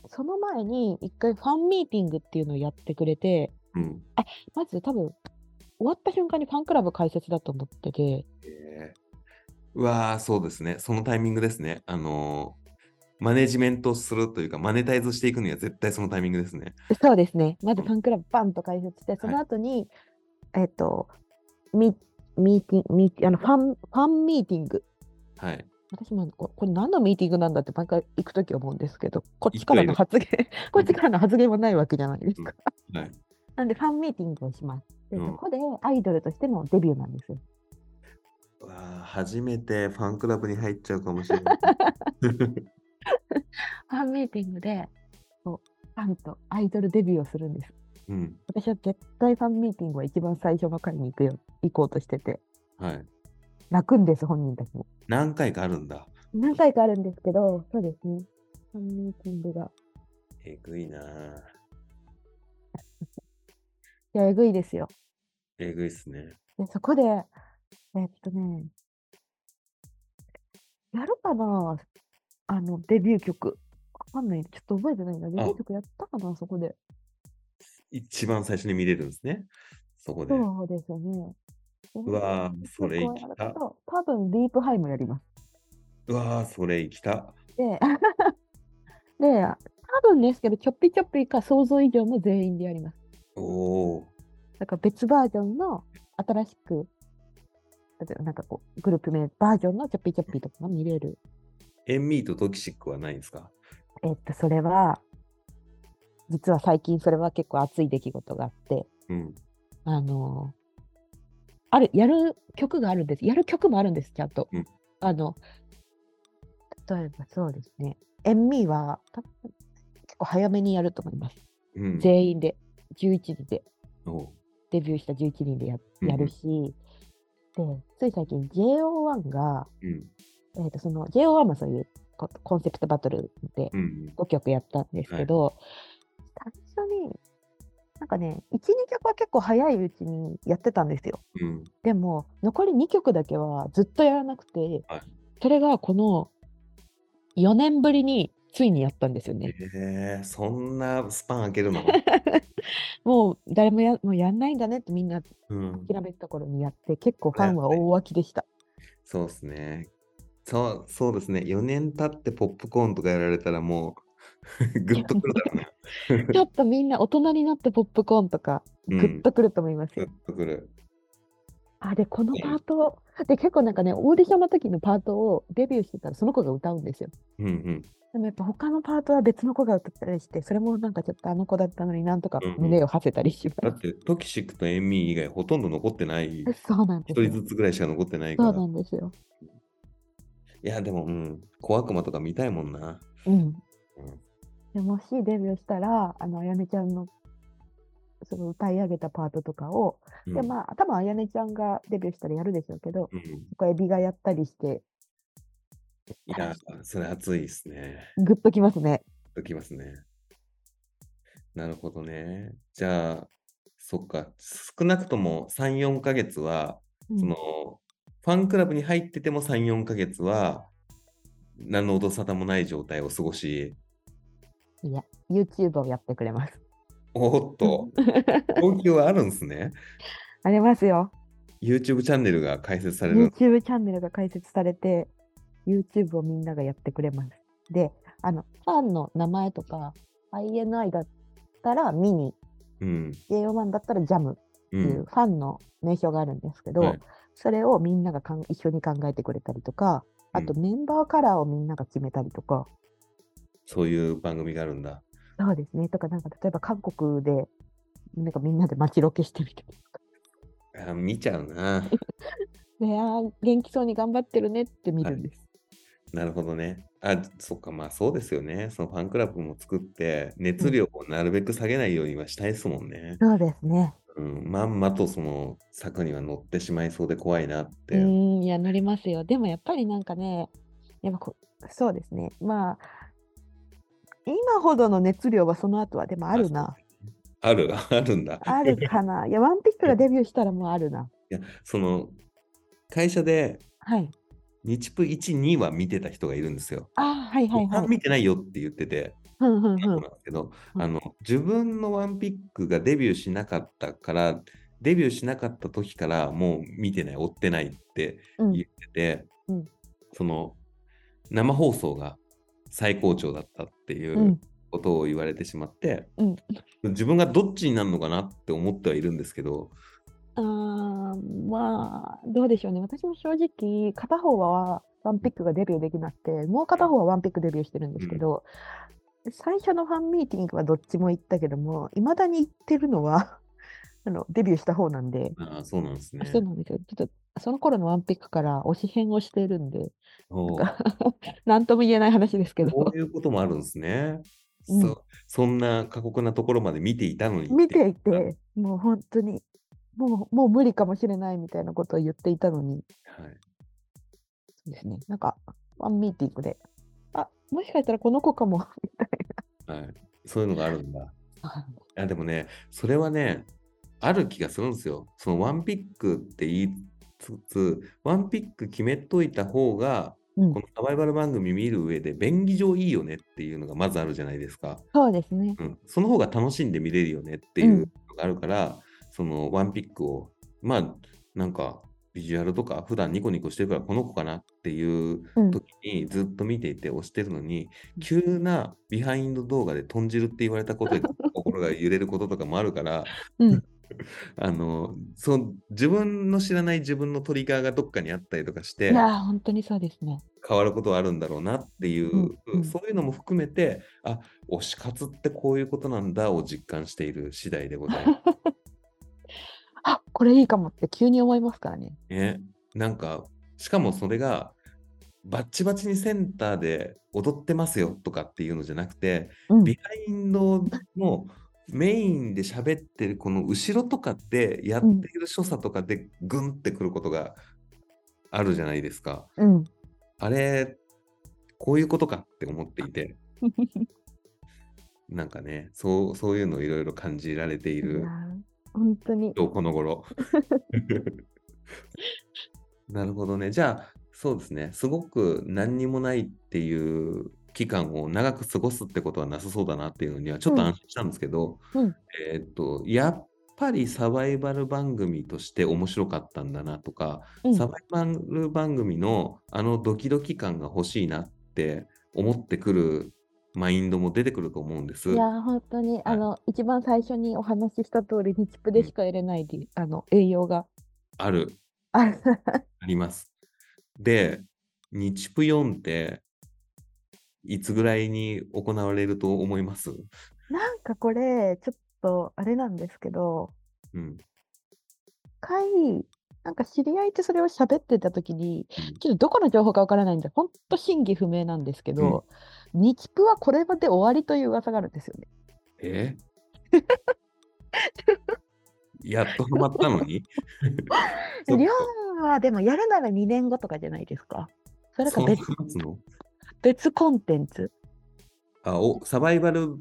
その前に、一回ファンミーティングっていうのをやってくれて、うん。まず多分、終わった瞬間にファンクラブ開設だと思ってて、えー、うわあ、そうですね。そのタイミングですね。あのーマネジメントするというか、マネタイズしていくには絶対そのタイミングですね。そうですね。まずうんファンクラブバンと開設して、その後に、えっと、ミミーティング、ミーティあのファン、ファンミーティング。はい。私もここれ何のミーティングなんだって毎回行くとき思うんですけど、こっちからの発言、こっちからの発言もないわけじゃないですか。はい、なんでファンミーティングをします。で、うんそこでアイドルとしてのデビューなんですよ。うわー初めてファンクラブに入っちゃうかもし れない。ファンミーティングで、こう、ファンとアイドルデビューをするんです。うん。私は絶対ファンミーティングは一番最初の回に行くよ、行こうとしてて、はい。泣くんです、本人たちも。何回かあるんだ。何回かあるんですけど、そうですね。ファンミーティングが。えぐいなぁいや、えぐいですよ。えぐいっすね。で、そこで、えっとね、やるかなあの、デビュー曲。わかんない。ちょっと覚えてないな。デビュー曲やったかなそこで。一番最初に見れるんですね。そこで。そうですよね。うわぁ、それ行行ききたた。多分、ディープハイもやります。うわぁ、それ行きた。で、 で、多分ですけど、ちょっぴちょっぴか想像以上の全員でやります。おお。なんか別バージョンの新しく、例えばなんかこう、グループ名バージョンのチョッピーチョッピーとかが見れる。エンミーとトキシックはないんですかえっと、それは、実は最近それは結構熱い出来事があって、うん。あのある、やる曲があるんです。やる曲もあるんです、ちゃんと。うんあの、例えばそうですね、エンミーは多分結構早めにやると思います。うん。全員で、11時で。おうデビューした11人でやうんうんやるし、でつい最近 JO1 が、うん。えー、とその JO1 もそういうココンセプトバトルでうん。 5曲やったんですけど、最初になんかね12曲は結構早いうちにやってたんですようん。でも残り2曲だけはずっとやらなくて、はいそれがこの4年ぶりについにやったんですよねえー、そんなスパン開ける のもう誰もやもうやんないんだねってみんなうん。諦めた頃にやって結構ファンは大沸き でしたそうですね。そう、そうですね。4年経ってポップコーンとかやられたらもう、 グッとくるだろうな。ちょっとみんな大人になってポップコーンとか、うグんッとくると思いますグよ。ッとくる。あ、で、このパート、で、結構なんかね、オーディションの時のパートをデビューしてたら、その子が歌うんですよ。うんうん。でもやっぱ他のパートは別の子が歌ったりして、それもなんかちょっとあの子だったのになんとかうんうん胸を馳せたりしだ まって、トキシックとエンミー以外ほとんど残ってない。す。そうなんで一人すよ。ずつぐらいしか残ってないかそら。うなんですよ。いや、でも、うん。小悪魔とか見たいもんな。うん。うんでもしデビューしたら、あの、あやねちゃんの、その歌い上げたパートとかを、うんで、まあ、多分あやねちゃんがデビューしたらやるでしょうけど、うんそこエビがやったりして、いや、それ熱いですね。グッときますね。ときますね。なるほどね。じゃあ、そっか、少なくとも3、4ヶ月は、うんその、ファンクラブに入ってても3、4ヶ月は、何の音沙汰もない状態を過ごし、いや、YouTube をやってくれ ます。おーっ と、東京はあるんですね。ありますよ。 YouTube チャンネルが開設される。 YouTube チャンネルが開設されて、YouTube をみんながやってくれます。で、あの、ファンの名前とか、INI だったらミニ、うん。 JO1 だったらジャムう。っていうんファンの名称があるんですけど、はいそれをみんながかん一緒に考えてくれたりとか、あとメンバーカラーをみんなが決めたりとか、そういう番組があるんだ。そうですね。とか、なんか例えば韓国で、なんかみんなで街ロケしてみた りとか。あ見ちゃうな。 ねえあー元気そうに頑張ってるねって見るんです。なるほどね。あ、そっか、まあそうですよね。そのファンクラブも作って、熱量をなるべく下げないようにはしたいですもんね。そうですね。うん、まんまとその策には乗ってしまいそうで怖いなっうて。ん、いや、乗りますよ。でもやっぱりなんかね、やっぱこうそうですね。まあ、今ほどの熱量はその後はでもあるな。ある、 あるんだ。あるかな。いや、ワンピックがデビューしたらもうあるな。いや、その、会社ではい。日プ1、2は見てた人がいるんですよ。あーはいはいは他い。見てないよって言ってて、うんうんそううんなんですけど、うんあの、自分のワンピックがデビューしなかったから、デビューしなかった時からもう見てない、追ってないってうん言ってて、うんその、生放送が最高潮だったっていううんことを言われてしまって、うん自分がどっちになるのかなって思ってはいるんですけど、あーまあどうでしょうね私も正直片方はワンピックがデビューできなくてもう片方はワンピックデビューしてるんですけど、最初のファンミーティングはどっちも行ったけどもいまだに行ってるのは あのデビューした方なんで、あーそうなんですね。そうなんですよちょっとその頃のワンピックから推し変をしているんでおー何とも言えない話ですけこどういうこともあるんですね。うんそそんな過酷なところまで見ていたのにって見ていてもう本当にもうもう無理かもしれないみたいなことを言っていたのにはい、そうですね。なんか、ワンミーティングで、あもしかしたらこの子かも。みたいはい、そういうのがあるんだ。な。あでもね、それはね、ある気がするんですよ。そのワンピックって言いつつ、ワンピック決めといた方が、うんこのサバイバル番組見る上で便宜上いいよねっていうのがまずあるじゃないですか。そうですね。うん、その方が楽しんで見れるよねっていううんのがあるから、そのワンピックをまあなんかビジュアルとか普段ニコニコしてるからこの子かなっていううん時にずっと見ていて押してるのに、急なビハインド動画で豚汁って言われた ことで心が揺れることとかもあるから、うん あのそう自分の知らない自分のトリガーがどっかにあったりとかしていやー、本当にそうですね。変わることはあるんだろうなっていう、うんうんそういうのも含めてあ推し活ってこういうことなんだを実感している次第でござい ます。あこれいいかもって急に思いますからね。ね、なんかしかもそれがバッチバチにセンターで踊ってますよとかっていうのじゃなくて、うんビハインドのメインで喋ってるこの後ろとかでやっている所作とかでグンってくることがあるじゃないですか。うん。あれこういうことかって思っていて。なんかね、そうそういうのをいろいろ感じられていいやる、ー本当に。今日この 頃。なるほどね。じゃあ、そうですね、すごく何にもないっていう期間を長く過ごすってことはなさそうだなっていうのには、ちょっとうん安心したんですけど、うんえーっと、やっぱりサバイバル番組として面白かったんだなとか、うんサバイバル番組のあのドキドキ感が欲しいなって思ってくるマインドも出てくると思うんです。いやー本当にあの一番最初にお話しした通りにチップでしか得れないりあの栄養がある、あ るあります。で、日プ4って、いつぐらいに行われると思いますなんかこれちょっとあれなんですけどうん。一回なんか知り合いってそれを喋ってた時にちょっとどこの情報かわからないんで、本当真偽不明なんですけど、日プはこれで終わりという噂があるんですよね。え やっとハマったの にそっか量はでもやるなら2年後とかじゃないですか。それかそう別なんすの別コンテンツ。あおサバイバル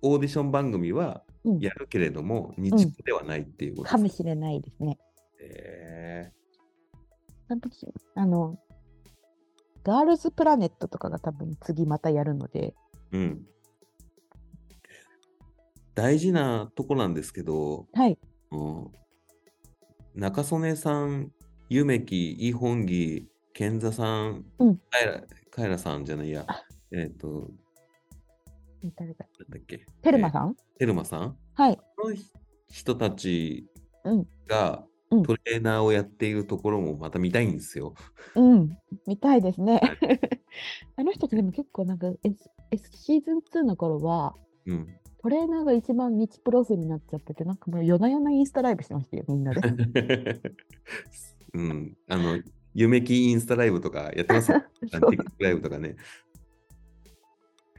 オーディション番組はうんやるけれども、日プではないっていうことですかもねしれないですね。えあの時あの、ガールズプラネットとかが多分次またやるので、ーうん。大事なとこなんですけど、はい。うん中曽根さん、夢木、イ・ホンギ、健座さん、うんカエラカエラさんじゃないやあ、えっ、と、誰だなんだっけ、テルマさん、テルマさんはい。この人たちうんが、ううんトレーナーをやっているところもまた見たいんですよ。うん、見たいですね。 あの人たちでも結構なんか、S、S シーズン2の頃は、うん。 トレーナーが一番日プロスになっちゃってて、なんかもう夜な夜なインスタライブしてましたよ、みんなで。 うん。あの、夢きインスタライブとかやってますよあ そのうティックライブとかね。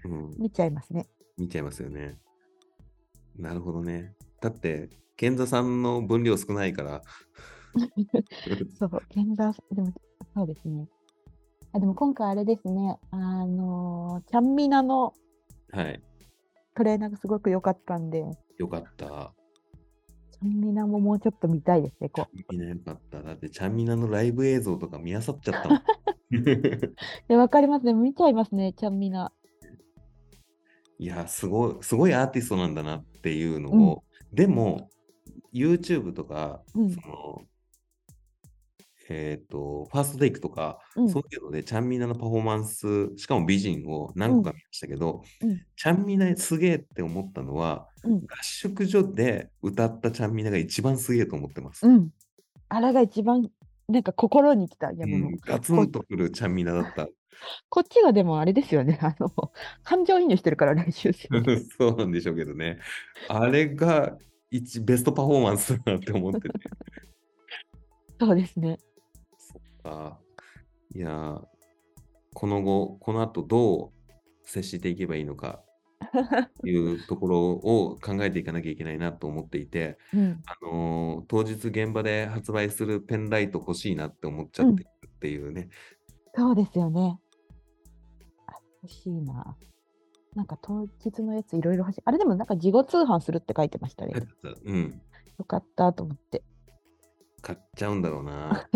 うん。見ちゃいますね。見ちゃいますよね。なるほどね。だって、賢座さんの分量少ないから。そう、現場、でも、そうですね。あ、でも今回あれですね、あのー、ちゃんみなのはい。トレーナーがすごく良かったんで、よかった。ちゃんみなももうちょっと見たいですね、 こう。みんなよかった。だって、ちゃんみなのライブ映像とか見あさっちゃったもん。いや、わかりますね、見ちゃいますね、ちゃんみな。いや、すごい、すごいアーティストなんだなっていうのを、でも、YouTube とか、うんその、えっ、と、ファーストテイクとか、うん、そういうので、ちゃんみなのパフォーマンス、しかも美人を何個か見ましたけど、うんうんちゃんみなすげえって思ったのは、うん合宿所で歌ったちゃんみなが一番すげえと思ってます。うん。あれが一番、なんか心にきた、いや、うもう。んガツンとくるちゃんみなだ った。こっちがでもあれですよね、 あの、感情移入してるから練習生。そうなんでしょうけどね。あれが一ベストパフォーマンスだなって思 ってて。そうですね。あいやー、この後、この後どう接していけばいいのかいうところを考えていかなきゃいけないなと思っていて、うん。あのー当日現場で発売するペンライト欲しいなって思っちゃってるっていうね。そうですよね。あ欲しいな。なんか当日のやついろいろ欲しい。あれでもなんか事後通販するって書いてましたね。うん、よかったと思って。買っちゃうんだろうな。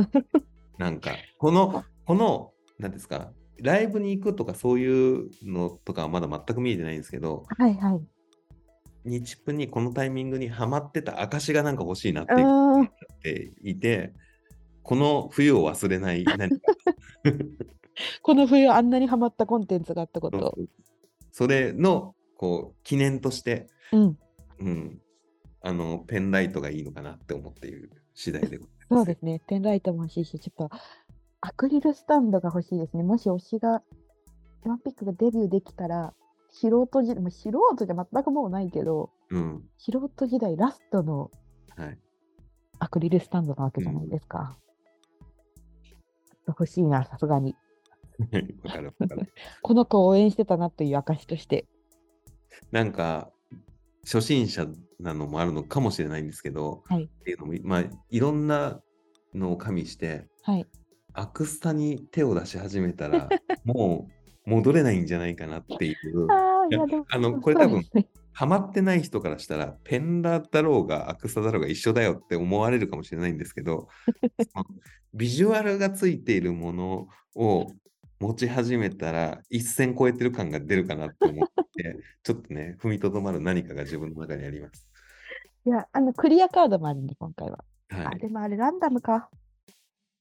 なんか、この、この、なんですか、ライブに行くとかそういうのとかはまだ全く見えてないんですけど、はいはい。う日プにこのタイミングにはまってた証がなんか欲しいなっていうーん。っていて、この冬を忘れない何かこの冬あんなにハマったコンテンツがあったこと。それのこう記念として、うん。うん、あのペンライトがいいのかなって思っている次第でございます。そうですね。ペンライトも欲しいし、ちょっとアクリルスタンドが欲しいですね。もし推しが、ワンピックがデビューできたら、素人時代、もう素人じゃ全くもうないけど、うん素人時代ラストのはい、アクリルスタンドなわけじゃないですか。欲しいな、さすがに。わかるわかる。この子を応援してたなという証として。なんか初心者なのもあるのかもしれないんですけど、はいっていうのも、まあ、いろんなのを加味してはい。アクスタに手を出し始めたらもう戻れないんじゃないかなっていう。 ああ、いやでもあのこれ多分そうですねハマってない人からしたら、ペンラだろうがアクサだろうが一緒だよって思われるかもしれないんですけ ど、そのビジュアルがついているものを持ち始めたら、一線超えてる感が出るかなって思 って、ちょっとね、踏みとどまる何かが自分の中にあります。いや、あの、クリアカードもあるんで、今回は。はあ、い。でもあれ、ランダムか。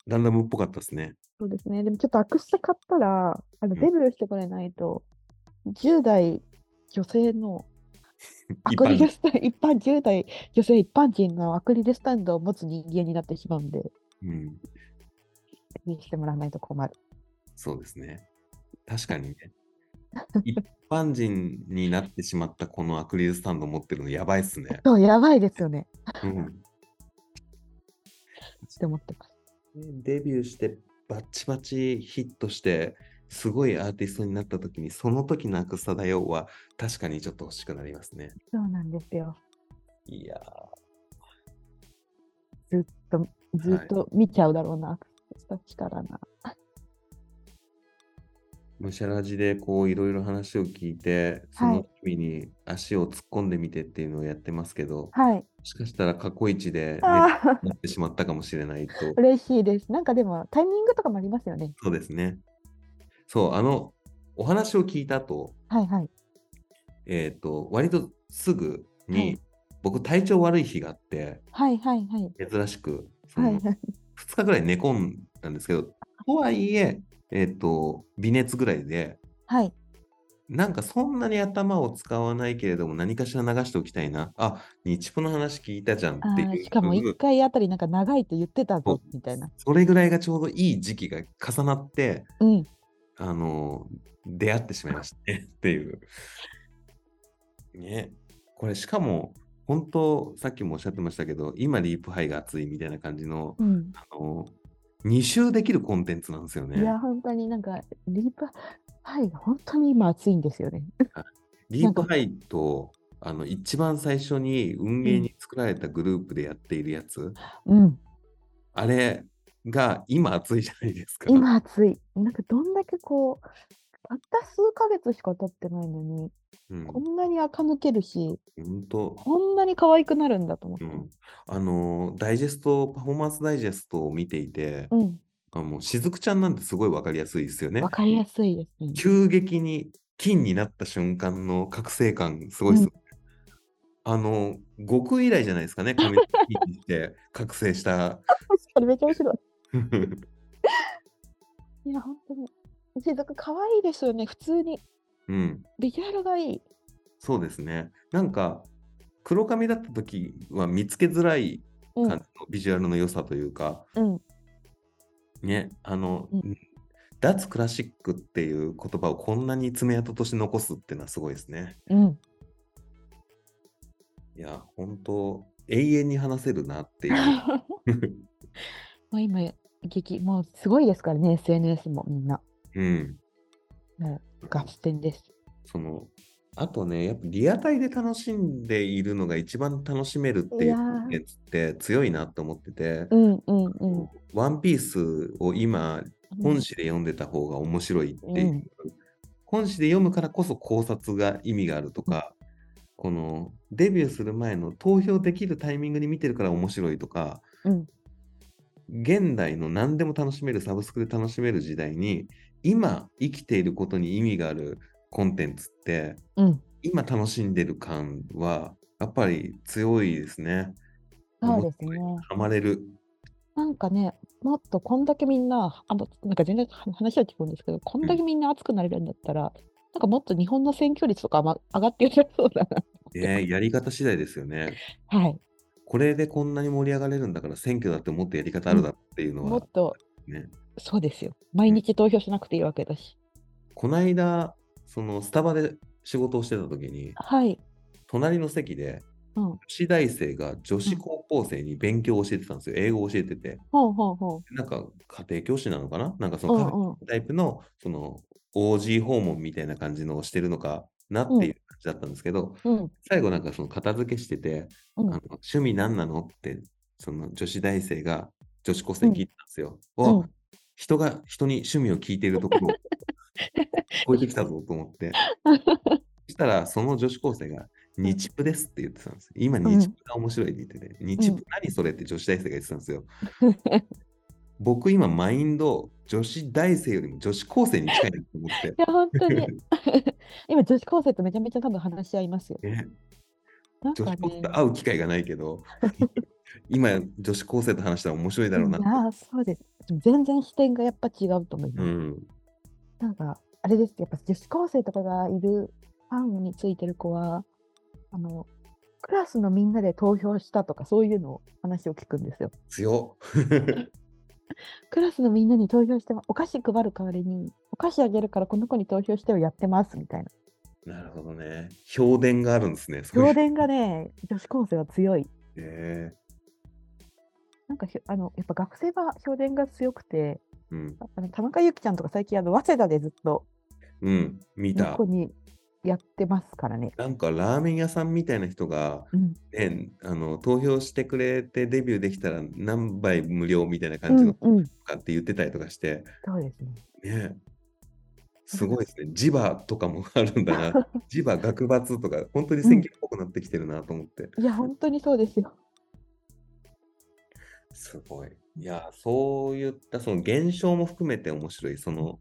ランダムっぽかったですね。そうですね。でもちょっと悪質買ったら、あのんデビューしてくれないと、10代女性のア一ク般リルスタンド、一般10代女性一般人のアクリルスタンドを持つ人間になってしまうんで、うん。デビューしてもらわないと困る。そうですね。確かに ね。一般人になってしまったこのアクリルスタンド持ってるのやばいっすね。そう、やばいですよね。うん。って思ってます。ねデビューしてバッチバチヒットしてすごいアーティストになった時にその時のアクスタだよは確かにちょっと欲しくなりますね。そうなんですよ。いやずっと、ずっと見ちゃうだろうな、悪質たちからな。ー、むしゃらじでこういろいろ話を聞いてそはのい時に足を突っ込んでみてっていうのをやってますけど、はい。もしかしたら過去一で、ね、なああ、ってしまったかもしれ ないと。嬉しいです。なんかでも、タイミングとかもありますよね。そうですね。そう、あの、お話を聞いた後、はいはい。えっ、と、割とすぐに、はい僕体調悪い日があって、はいはいはい。珍しく、そはいのはい。 2日ぐらい寝込んだんですけど、とはいえ、えっ、と、微熱ぐらいで、はい。なんかそんなに頭を使わないけれども何かしら流しておきたいな。あ、日プの話聞いたじゃんあっていう。ーしかも1回あたりなんか長いって言ってたぞみたいな。それぐらいがちょうどいい時期が重なって、うん。あの出会ってしまいましたねって いう。ね。これしかも、本当さっきもおっしゃってましたけど、今リープハイが熱いみたいな感じの、うん、あの2周できるコンテンツなんですよいね。や、本当になんか、リープハイが本当に今熱いんですよね。リープハイと、あの、一番最初に運営に作られたグループでやっているやつ、うん。あれが今熱いじゃないですか。今暑い。なんかどんだけこう、たった数ヶ月しか経ってないのに、うん、こ本んなに垢抜けるし、当、こんなに可愛くなるんだと思っうて。ん、あの、ダイジェスト、パフォーマンスダイジェストを見ていて、うん。あのしずくちゃんなんてすごいわかりやすいですよねわ、。かりやすいですね。急激に金になった瞬間の覚醒感、すごいですよね。あの、悟空以来じゃないですかね、髪の毛金にして覚醒した。 それめっちゃ面白い。いや、本当に。しずく可愛いですよね、普通に。うんビジュアルがいい。そうですね。なんか黒髪だった時は見つけづらいうん感じ。のビジュアルの良さというか、うん。ね、あの、う脱クラシックっていう言葉をこんなに爪痕として残すっていうのはすごいですね。うん。いや、本当永遠に話せるなって いう。もう今、激、もうすごいですからね、SNS もみんな。うん。もう、合戦です。そのあとね、やっぱリアタイで楽しんでいるのが一番楽しめるっていういやーコンテンツって強いなと思ってて、うんうんうん。ワンピースを今本誌で読んでた方が面白いっていう、うん本誌で読むからこそ考察が意味があるとか、このデビューする前の投票できるタイミングに見てるから面白いとかうん。現代の何でも楽しめるサブスクで楽しめる時代に今生きていることに意味があるコンテンツってうん。今楽しんでる感はやっぱり強いですね。そうですね。ハマれる。なんかね、もっとこんだけみんな、あのなんか全然は話は聞くんですけど、こんだけみんな熱くなれるんだったら、なんかもっと日本の選挙率とか、ま、上がっていきそうだな。ねやり方次第ですよね。 はい。これでこんなに盛り上がれるんだから選挙だってもっとやり方あるだろうっていうのは、もっと、ねそうですよ。毎日投票しなくていいわけだし。こないだそのスタバで仕事をしてた時にはい。隣の席でうん。女子大生が女子高校生に勉強を教えてたんですよ、英語を教えててほうほうほ。なんか家庭教師なのかななんかそううのカんフェうん。タイプのその OG 訪問みたいな感じのをしてるのかなっていう感じだったんですけど、うん。最後なんかその片付けしてて、うんあの趣味何なのってその女子大生が女子高生に聞いたんですよ。うんわ人が人に趣味を聞いているところを 超えてきたぞと思って。そしたらその女子高生が日プですって言ってたんですよ。今日プが面白いって言ってて、日プ何それって女子大生が言ってたんです よ。僕今マインド女子大生よりも女子高生に近いなと思ってい。や、本当に。 今、女子高生とめちゃめちゃ多分話し合いますよ。ねなん女か子高ね生。と会う機会がないけ ど、今女子高生と話したら面白いだろうなって。ああ、そうです。でも全然視点がやっぱ違うと思いまうす。ん、なんか、あれです、やっぱ女子高生とかがいるファンについてる子は、あの、クラスのみんなで投票したとか、そういうのを話を聞くんですよ。強クラスのみんなに投票しても、お菓子配る代わりに、お菓子あげるからこの子に投票してをやってますみた いな。っなるほどね。評伝があるんですね。そういう評伝がね、女子高生は強い。へえなんかひょあの、やっぱ学生は評伝が強くて、うん、あの田中由紀ちゃんとか最近、あの早稲田でずっと、うん、見たこ。にやってますからね。なんかラーメン屋さんみたいな人が、うんね、あの投票してくれてデビューできたら何倍無料みたいなう感じのんとうん、かって言ってたりとかして、そうですね。ねすごいですね。磁場とかもあるんだな。 磁場、学罰とか、本当に選挙っぽくなってきてるなと思って。いや、本当にそうですよ。すごい。いや、そういったその現象も含めて面白い。その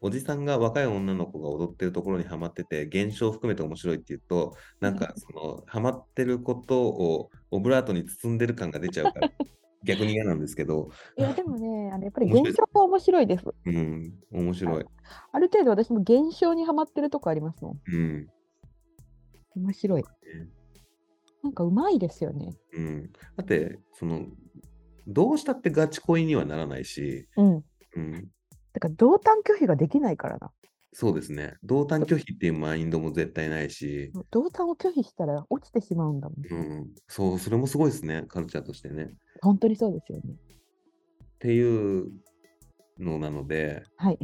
おじさんが若い女の子が踊ってるところにはまってて、現象を含めて面白いっていうと、なんかそのはまってることをオブラートに包んでる感が出ちゃうから、逆に嫌なんですけど、いやでもね、あのやっぱり面白い現象は面白いです。うん、面白い。ある程度私も現象にはまってるとこありますもん。うん、面白い。なんかうまいですよね。うん。だって、その、どうしたってガチ恋にはならないし、うん。うん、だから同担拒否ができないからな。そうですね。同担拒否っていうマインドも絶対ないし、同担を拒否したら落ちてしまうんだもん。うん、そう、それもすごいですね、カルチャーとしてね。本当にそうですよね。っていうのなので、はい。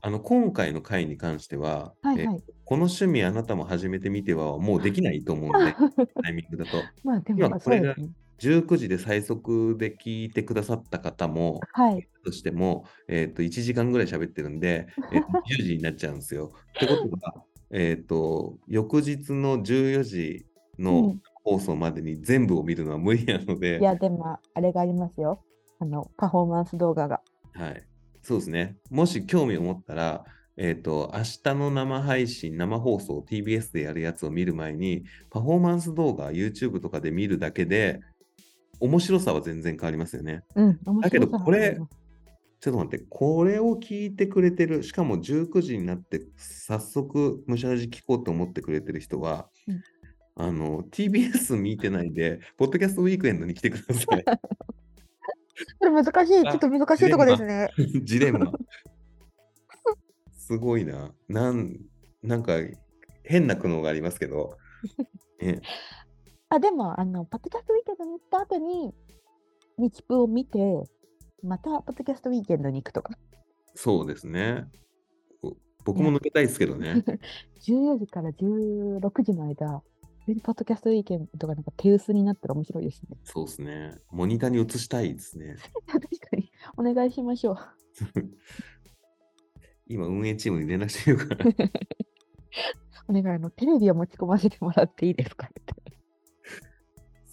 あの今回の回に関しては、はいえはい。この趣味あなたも始めてみてはもうできないと思うの で、タイミングだと。まあで今もまあこそうれでがすね。 19時で最速で聞いてくださった方も、はい。としても、えっと1時間ぐらい喋ってるんで、えー と10時になっちゃうんですよ。ってことは、えっと翌日の14時うのん、放送までに全部を見るのは無理なので、いやでもあれがありますよ。あのパフォーマンス動画が。はい、そうですね。もし興味を持ったら、えっ、と、明日の生配信、生放送、TBS でやるやつを見る前に、パフォーマンス動画、YouTube とかで見るだけで、面白さは全然変わりますよね。うん。面白だけどさがこれありますちょっと待って、これを聞いてくれてる、しかも19時になって、早速、むしゃらじ聞こうと思ってくれてる人は、うんあの、TBS 見てないで、ポッドキャストウィークエンドに来てください。これ難しい。ちょっと難しいとこですね。 ジレンマ。すごいな。なん、なんか、変な苦悩がありますけど。ね、あでもあのパッドキャストウィーケンドに行った後に日プを見てまたパッドキャストウィーケンドに行くとかそうですね。ぼ僕も抜けたいですけど ね。 14時から16時の間全然パッドキャストウィーケンドがなんか手薄になったら面白いですね そうですね。モニターに映したいですね。確かにお願いしましょう 今、運営チームに連絡してる から。お願いあのテレビを持ち込ませてもらっていいですかって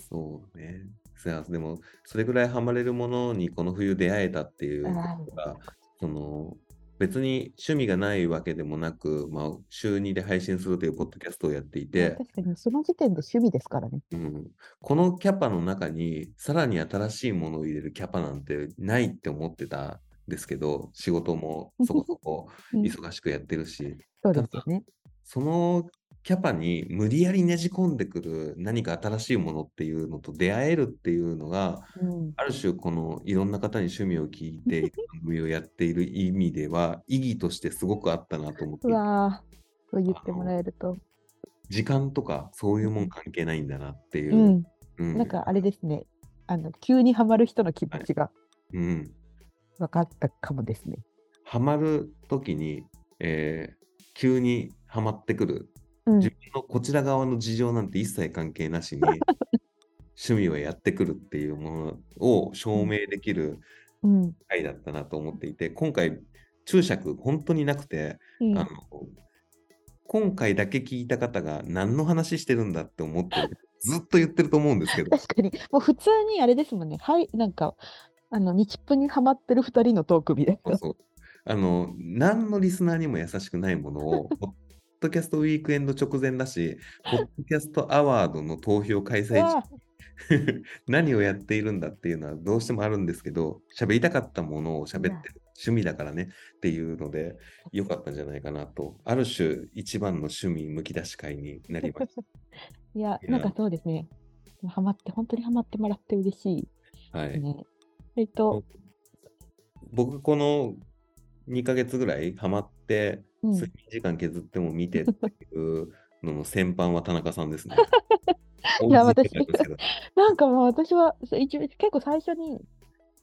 そうね。さあ、でも、それぐらいハマれるものにこの冬出会えたっていうことが、その、別に趣味がないわけでもなく、まあ、週2で配信するというポッドキャストをやっていて、確かにその時点で趣味ですからねうん、このキャパの中にさらに新しいものを入れるキャパなんてないって思ってたんですけど仕事もそこそこ うん忙しくやってるし、そうですよねそのキャパに無理やりねじ込んでくる何か新しいものっていうのと出会えるっていうのがうんある種このいろんな方に趣味を聞いている番組をやっている意味では意義としてすごくあったなと思ってうわーそう言ってもらえると時間とかそういうもん関係ないんだなっていうう。んうんなんかあれですねあの急にハマる人の気持ちがうん分かったかもですねハマるときに、えー急にハマってくる、うん自分のこちら側の事情なんて一切関係な しに趣味をやってくるっていうものを証明できるうん回だったなと思っていて今回注釈本当になくて、うんあの今回だけ聞いた方が何の話してるんだって思ってるずっと言ってると思うんですけど確かにもう普通にあれですもんねはいなんかあの日プにハマってる2人のトークみたいそうなそうあの何のリスナーにも優しくないもの をポッドキャストウィークエンド直前だしポッドキャストアワードの投票開催わ中あ 何をやっているんだっていうのはどうしてもあるんですけど喋りたかったものを喋ってる趣味だからねっていうので良かったんじゃないかなとある種一番の趣味むき出し会になりましいやなんかそうですねハマって本当にハマってもらって嬉しい た。はですい、ね、えっと、僕この2ヶ月ぐらいハマってうん、睡眠時間削っても見てっていうのの先般は田中さんですね。 いや大勢なんですけどなんかもう私はそう一応結構最初に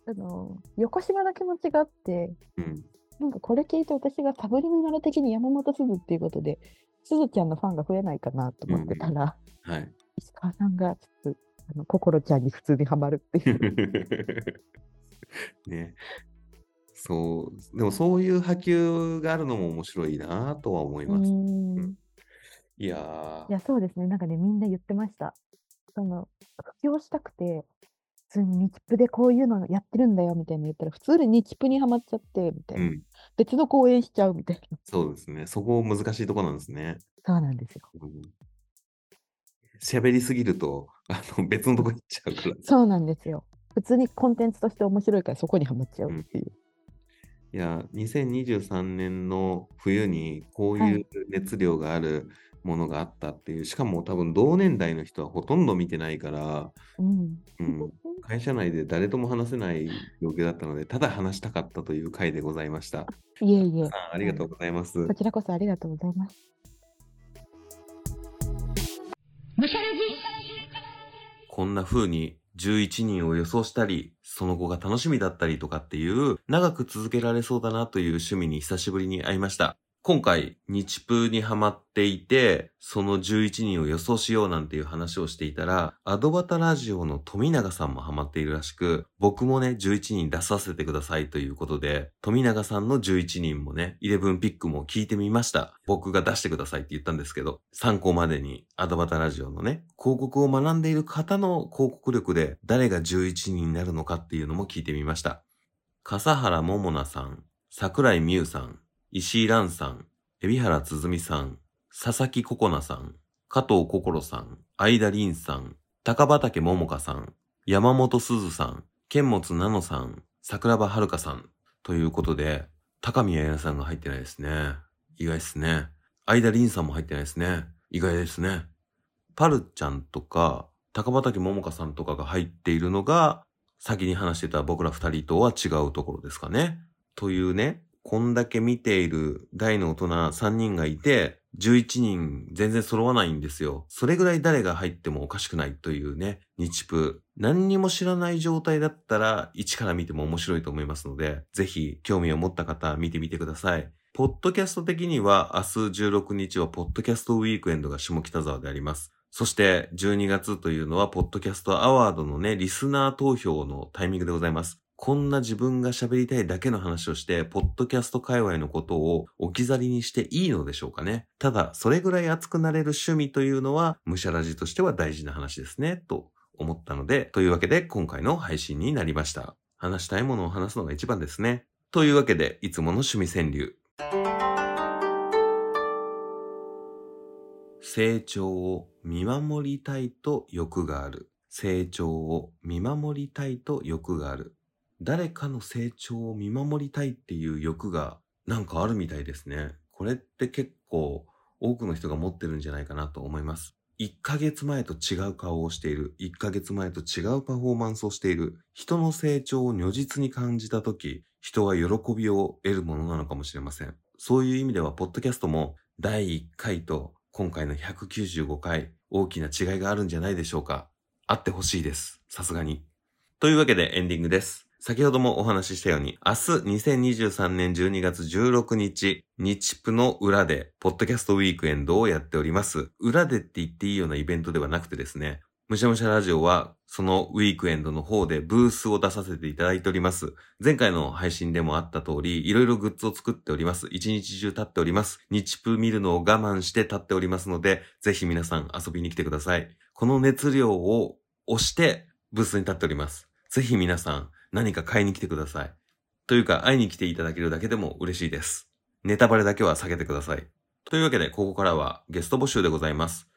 あの横島な気持ちがあってうん、なんかこれ聞いて私がサブリミナル的に山本すずっていうことですずちゃんのファンが増えないかなと思ってたら、はい。 石川さんがちょっとあの心ちゃんに普通にハマるっていうね。そう、でもそういう波及があるのも面白いなとは思いうます。ーんいやーいや、そうですね。なんかね、みんな言ってました。その、布教したくて、普通に日プでこういうのやってるんだよみたいなの言ったら、普通に日プにはまっちゃって、みたいうな。ん、別の公演しちゃうみたいな。そうですね。そこ難しいとこなんですね。そうなんですよ。うん喋りすぎるとあの別のとこ行っちゃうから。そうなんですよ。普通にコンテンツとして面白いからそこにはまっちゃうっていう。いや、2023年の冬にこうはいいう熱量があるものがあったっていう、しかも多分同年代の人はほとんど見てないから、うん。うん、会社内で誰とも話せない状況だったので、ただ話したかったという回でございました。いえいえ。あありがとうございます。こちらこそありがとうございます。こんな風に11人を予想したり、その後が楽しみだったりとかっていう、長く続けられそうだなという趣味に久しぶりに会いました。今回、日プーにハマっていて、その11人を予想しようなんていう話をしていたら、アドバタラジオの富永さんもハマっているらしく、僕もね、11人出させてくださいということで、富永さんの11人もね、11ピックも聞いてみました。僕が出してくださいって言ったんですけど、参考までにアドバタラジオのね、広告を学んでいる方の広告力で、誰が11人になるのかっていうのも聞いてみました。笠原桃奈さん、桜井美優さん、石井蘭さん、海老原つづみさん、佐々木ここなさん、加藤心さん、相田凛さん、高畑桃香さん、山本すずさん、剣持奈乃さん、桜庭遥さん、ということで、高宮彩さんが入ってないですね。意外ですね。相田凛さんも入ってないですね。意外ですね。パルちゃんとか、高畑桃香さんとかが入っているのが、先に話してた僕ら二人とは違うところですかね。というね、こんだけ見ている大の大人3人がいて、11人全然揃わないんですよ。それぐらい誰が入ってもおかしくないというね、日プ。何にも知らない状態だったら、一から見ても面白いと思いますので、ぜひ興味を持った方は見てみてください。ポッドキャスト的には明日16日はポッドキャストウィークエンドが下北沢であります。そして12月というのはポッドキャストアワードのね、リスナー投票のタイミングでございます。こんな自分が喋りたいだけの話をして、ポッドキャスト界隈のことを置き去りにしていいのでしょうかね。ただ、それぐらい熱くなれる趣味というのは、むしゃらじとしては大事な話ですね、と思ったので、というわけで今回の配信になりました。話したいものを話すのが一番ですね。というわけで、いつもの趣味川柳。成長を見守りたいと欲がある。成長を見守りたいと欲がある。誰かの成長を見守りたいっていう欲がなんかあるみたいですね。これって結構多くの人が持ってるんじゃないかなと思います。1ヶ月前と違う顔をしている。1ヶ月前と違うパフォーマンスをしている。人の成長を如実に感じたとき、人は喜びを得るものなのかもしれません。そういう意味では、ポッドキャストも第1回と今回の195回、大きな違いがあるんじゃないでしょうか。あってほしいです。さすがに。というわけでエンディングです。先ほどもお話ししたように、明日2023年12月16日、日プの裏で、ポッドキャストウィークエンドをやっております。裏でって言っていいようなイベントではなくてですね、むしゃむしゃラジオは、そのウィークエンドの方でブースを出させていただいております。前回の配信でもあった通り、いろいろグッズを作っております。一日中立っております。日プ見るのを我慢して立っておりますので、ぜひ皆さん遊びに来てください。この熱量を押して、ブースに立っております。ぜひ皆さん、何か買いに来てください。というか、会いに来ていただけるだけでも嬉しいです。ネタバレだけは避けてください。というわけで、ここからはゲスト募集でございます。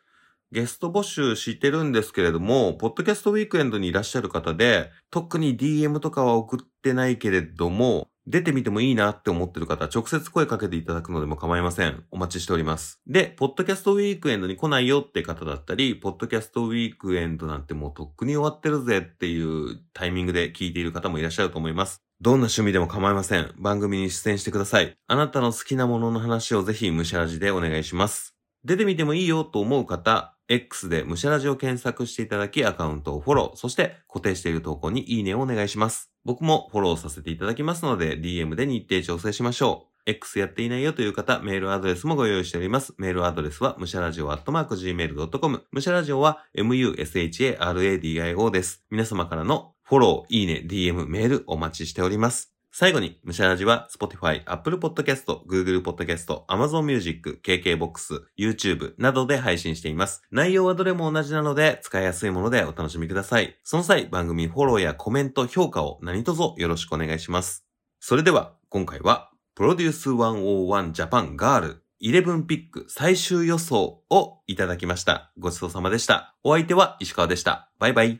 ゲスト募集してるんですけれども、ポッドキャストウィークエンドにいらっしゃる方で、特に DM とかは送ってないけれども、出てみてもいいなって思ってる方、直接声かけていただくのでも構いません。お待ちしております。で、ポッドキャストウィークエンドに来ないよって方だったり、ポッドキャストウィークエンドなんてもうとっくに終わってるぜっていうタイミングで聞いている方もいらっしゃると思います。どんな趣味でも構いません。番組に出演してください。あなたの好きなものの話をぜひ、むしゃらじでお願いします。出てみてもいいよと思う方、X でむしゃらじを検索していただきアカウントをフォロー、そして固定している投稿にいいねをお願いします。僕もフォローさせていただきますので、DM で日程調整しましょう。X やっていないよという方、メールアドレスもご用意しております。メールアドレスは、むしゃらじお .gmail.com。むしゃらじおは、musharadio です。皆様からのフォロー、いいね、DM、メールお待ちしております。最後に、ムシャラジは Spotify、Apple Podcast、Google Podcast、Amazon Music、KKBox、YouTube などで配信しています。内容はどれも同じなので、使いやすいものでお楽しみください。その際、番組フォローやコメント、評価を何卒よろしくお願いします。それでは、今回は、プロデュース101 Japan Girl 11ピック最終予想をいただきました。ごちそうさまでした。お相手は石川でした。バイバイ。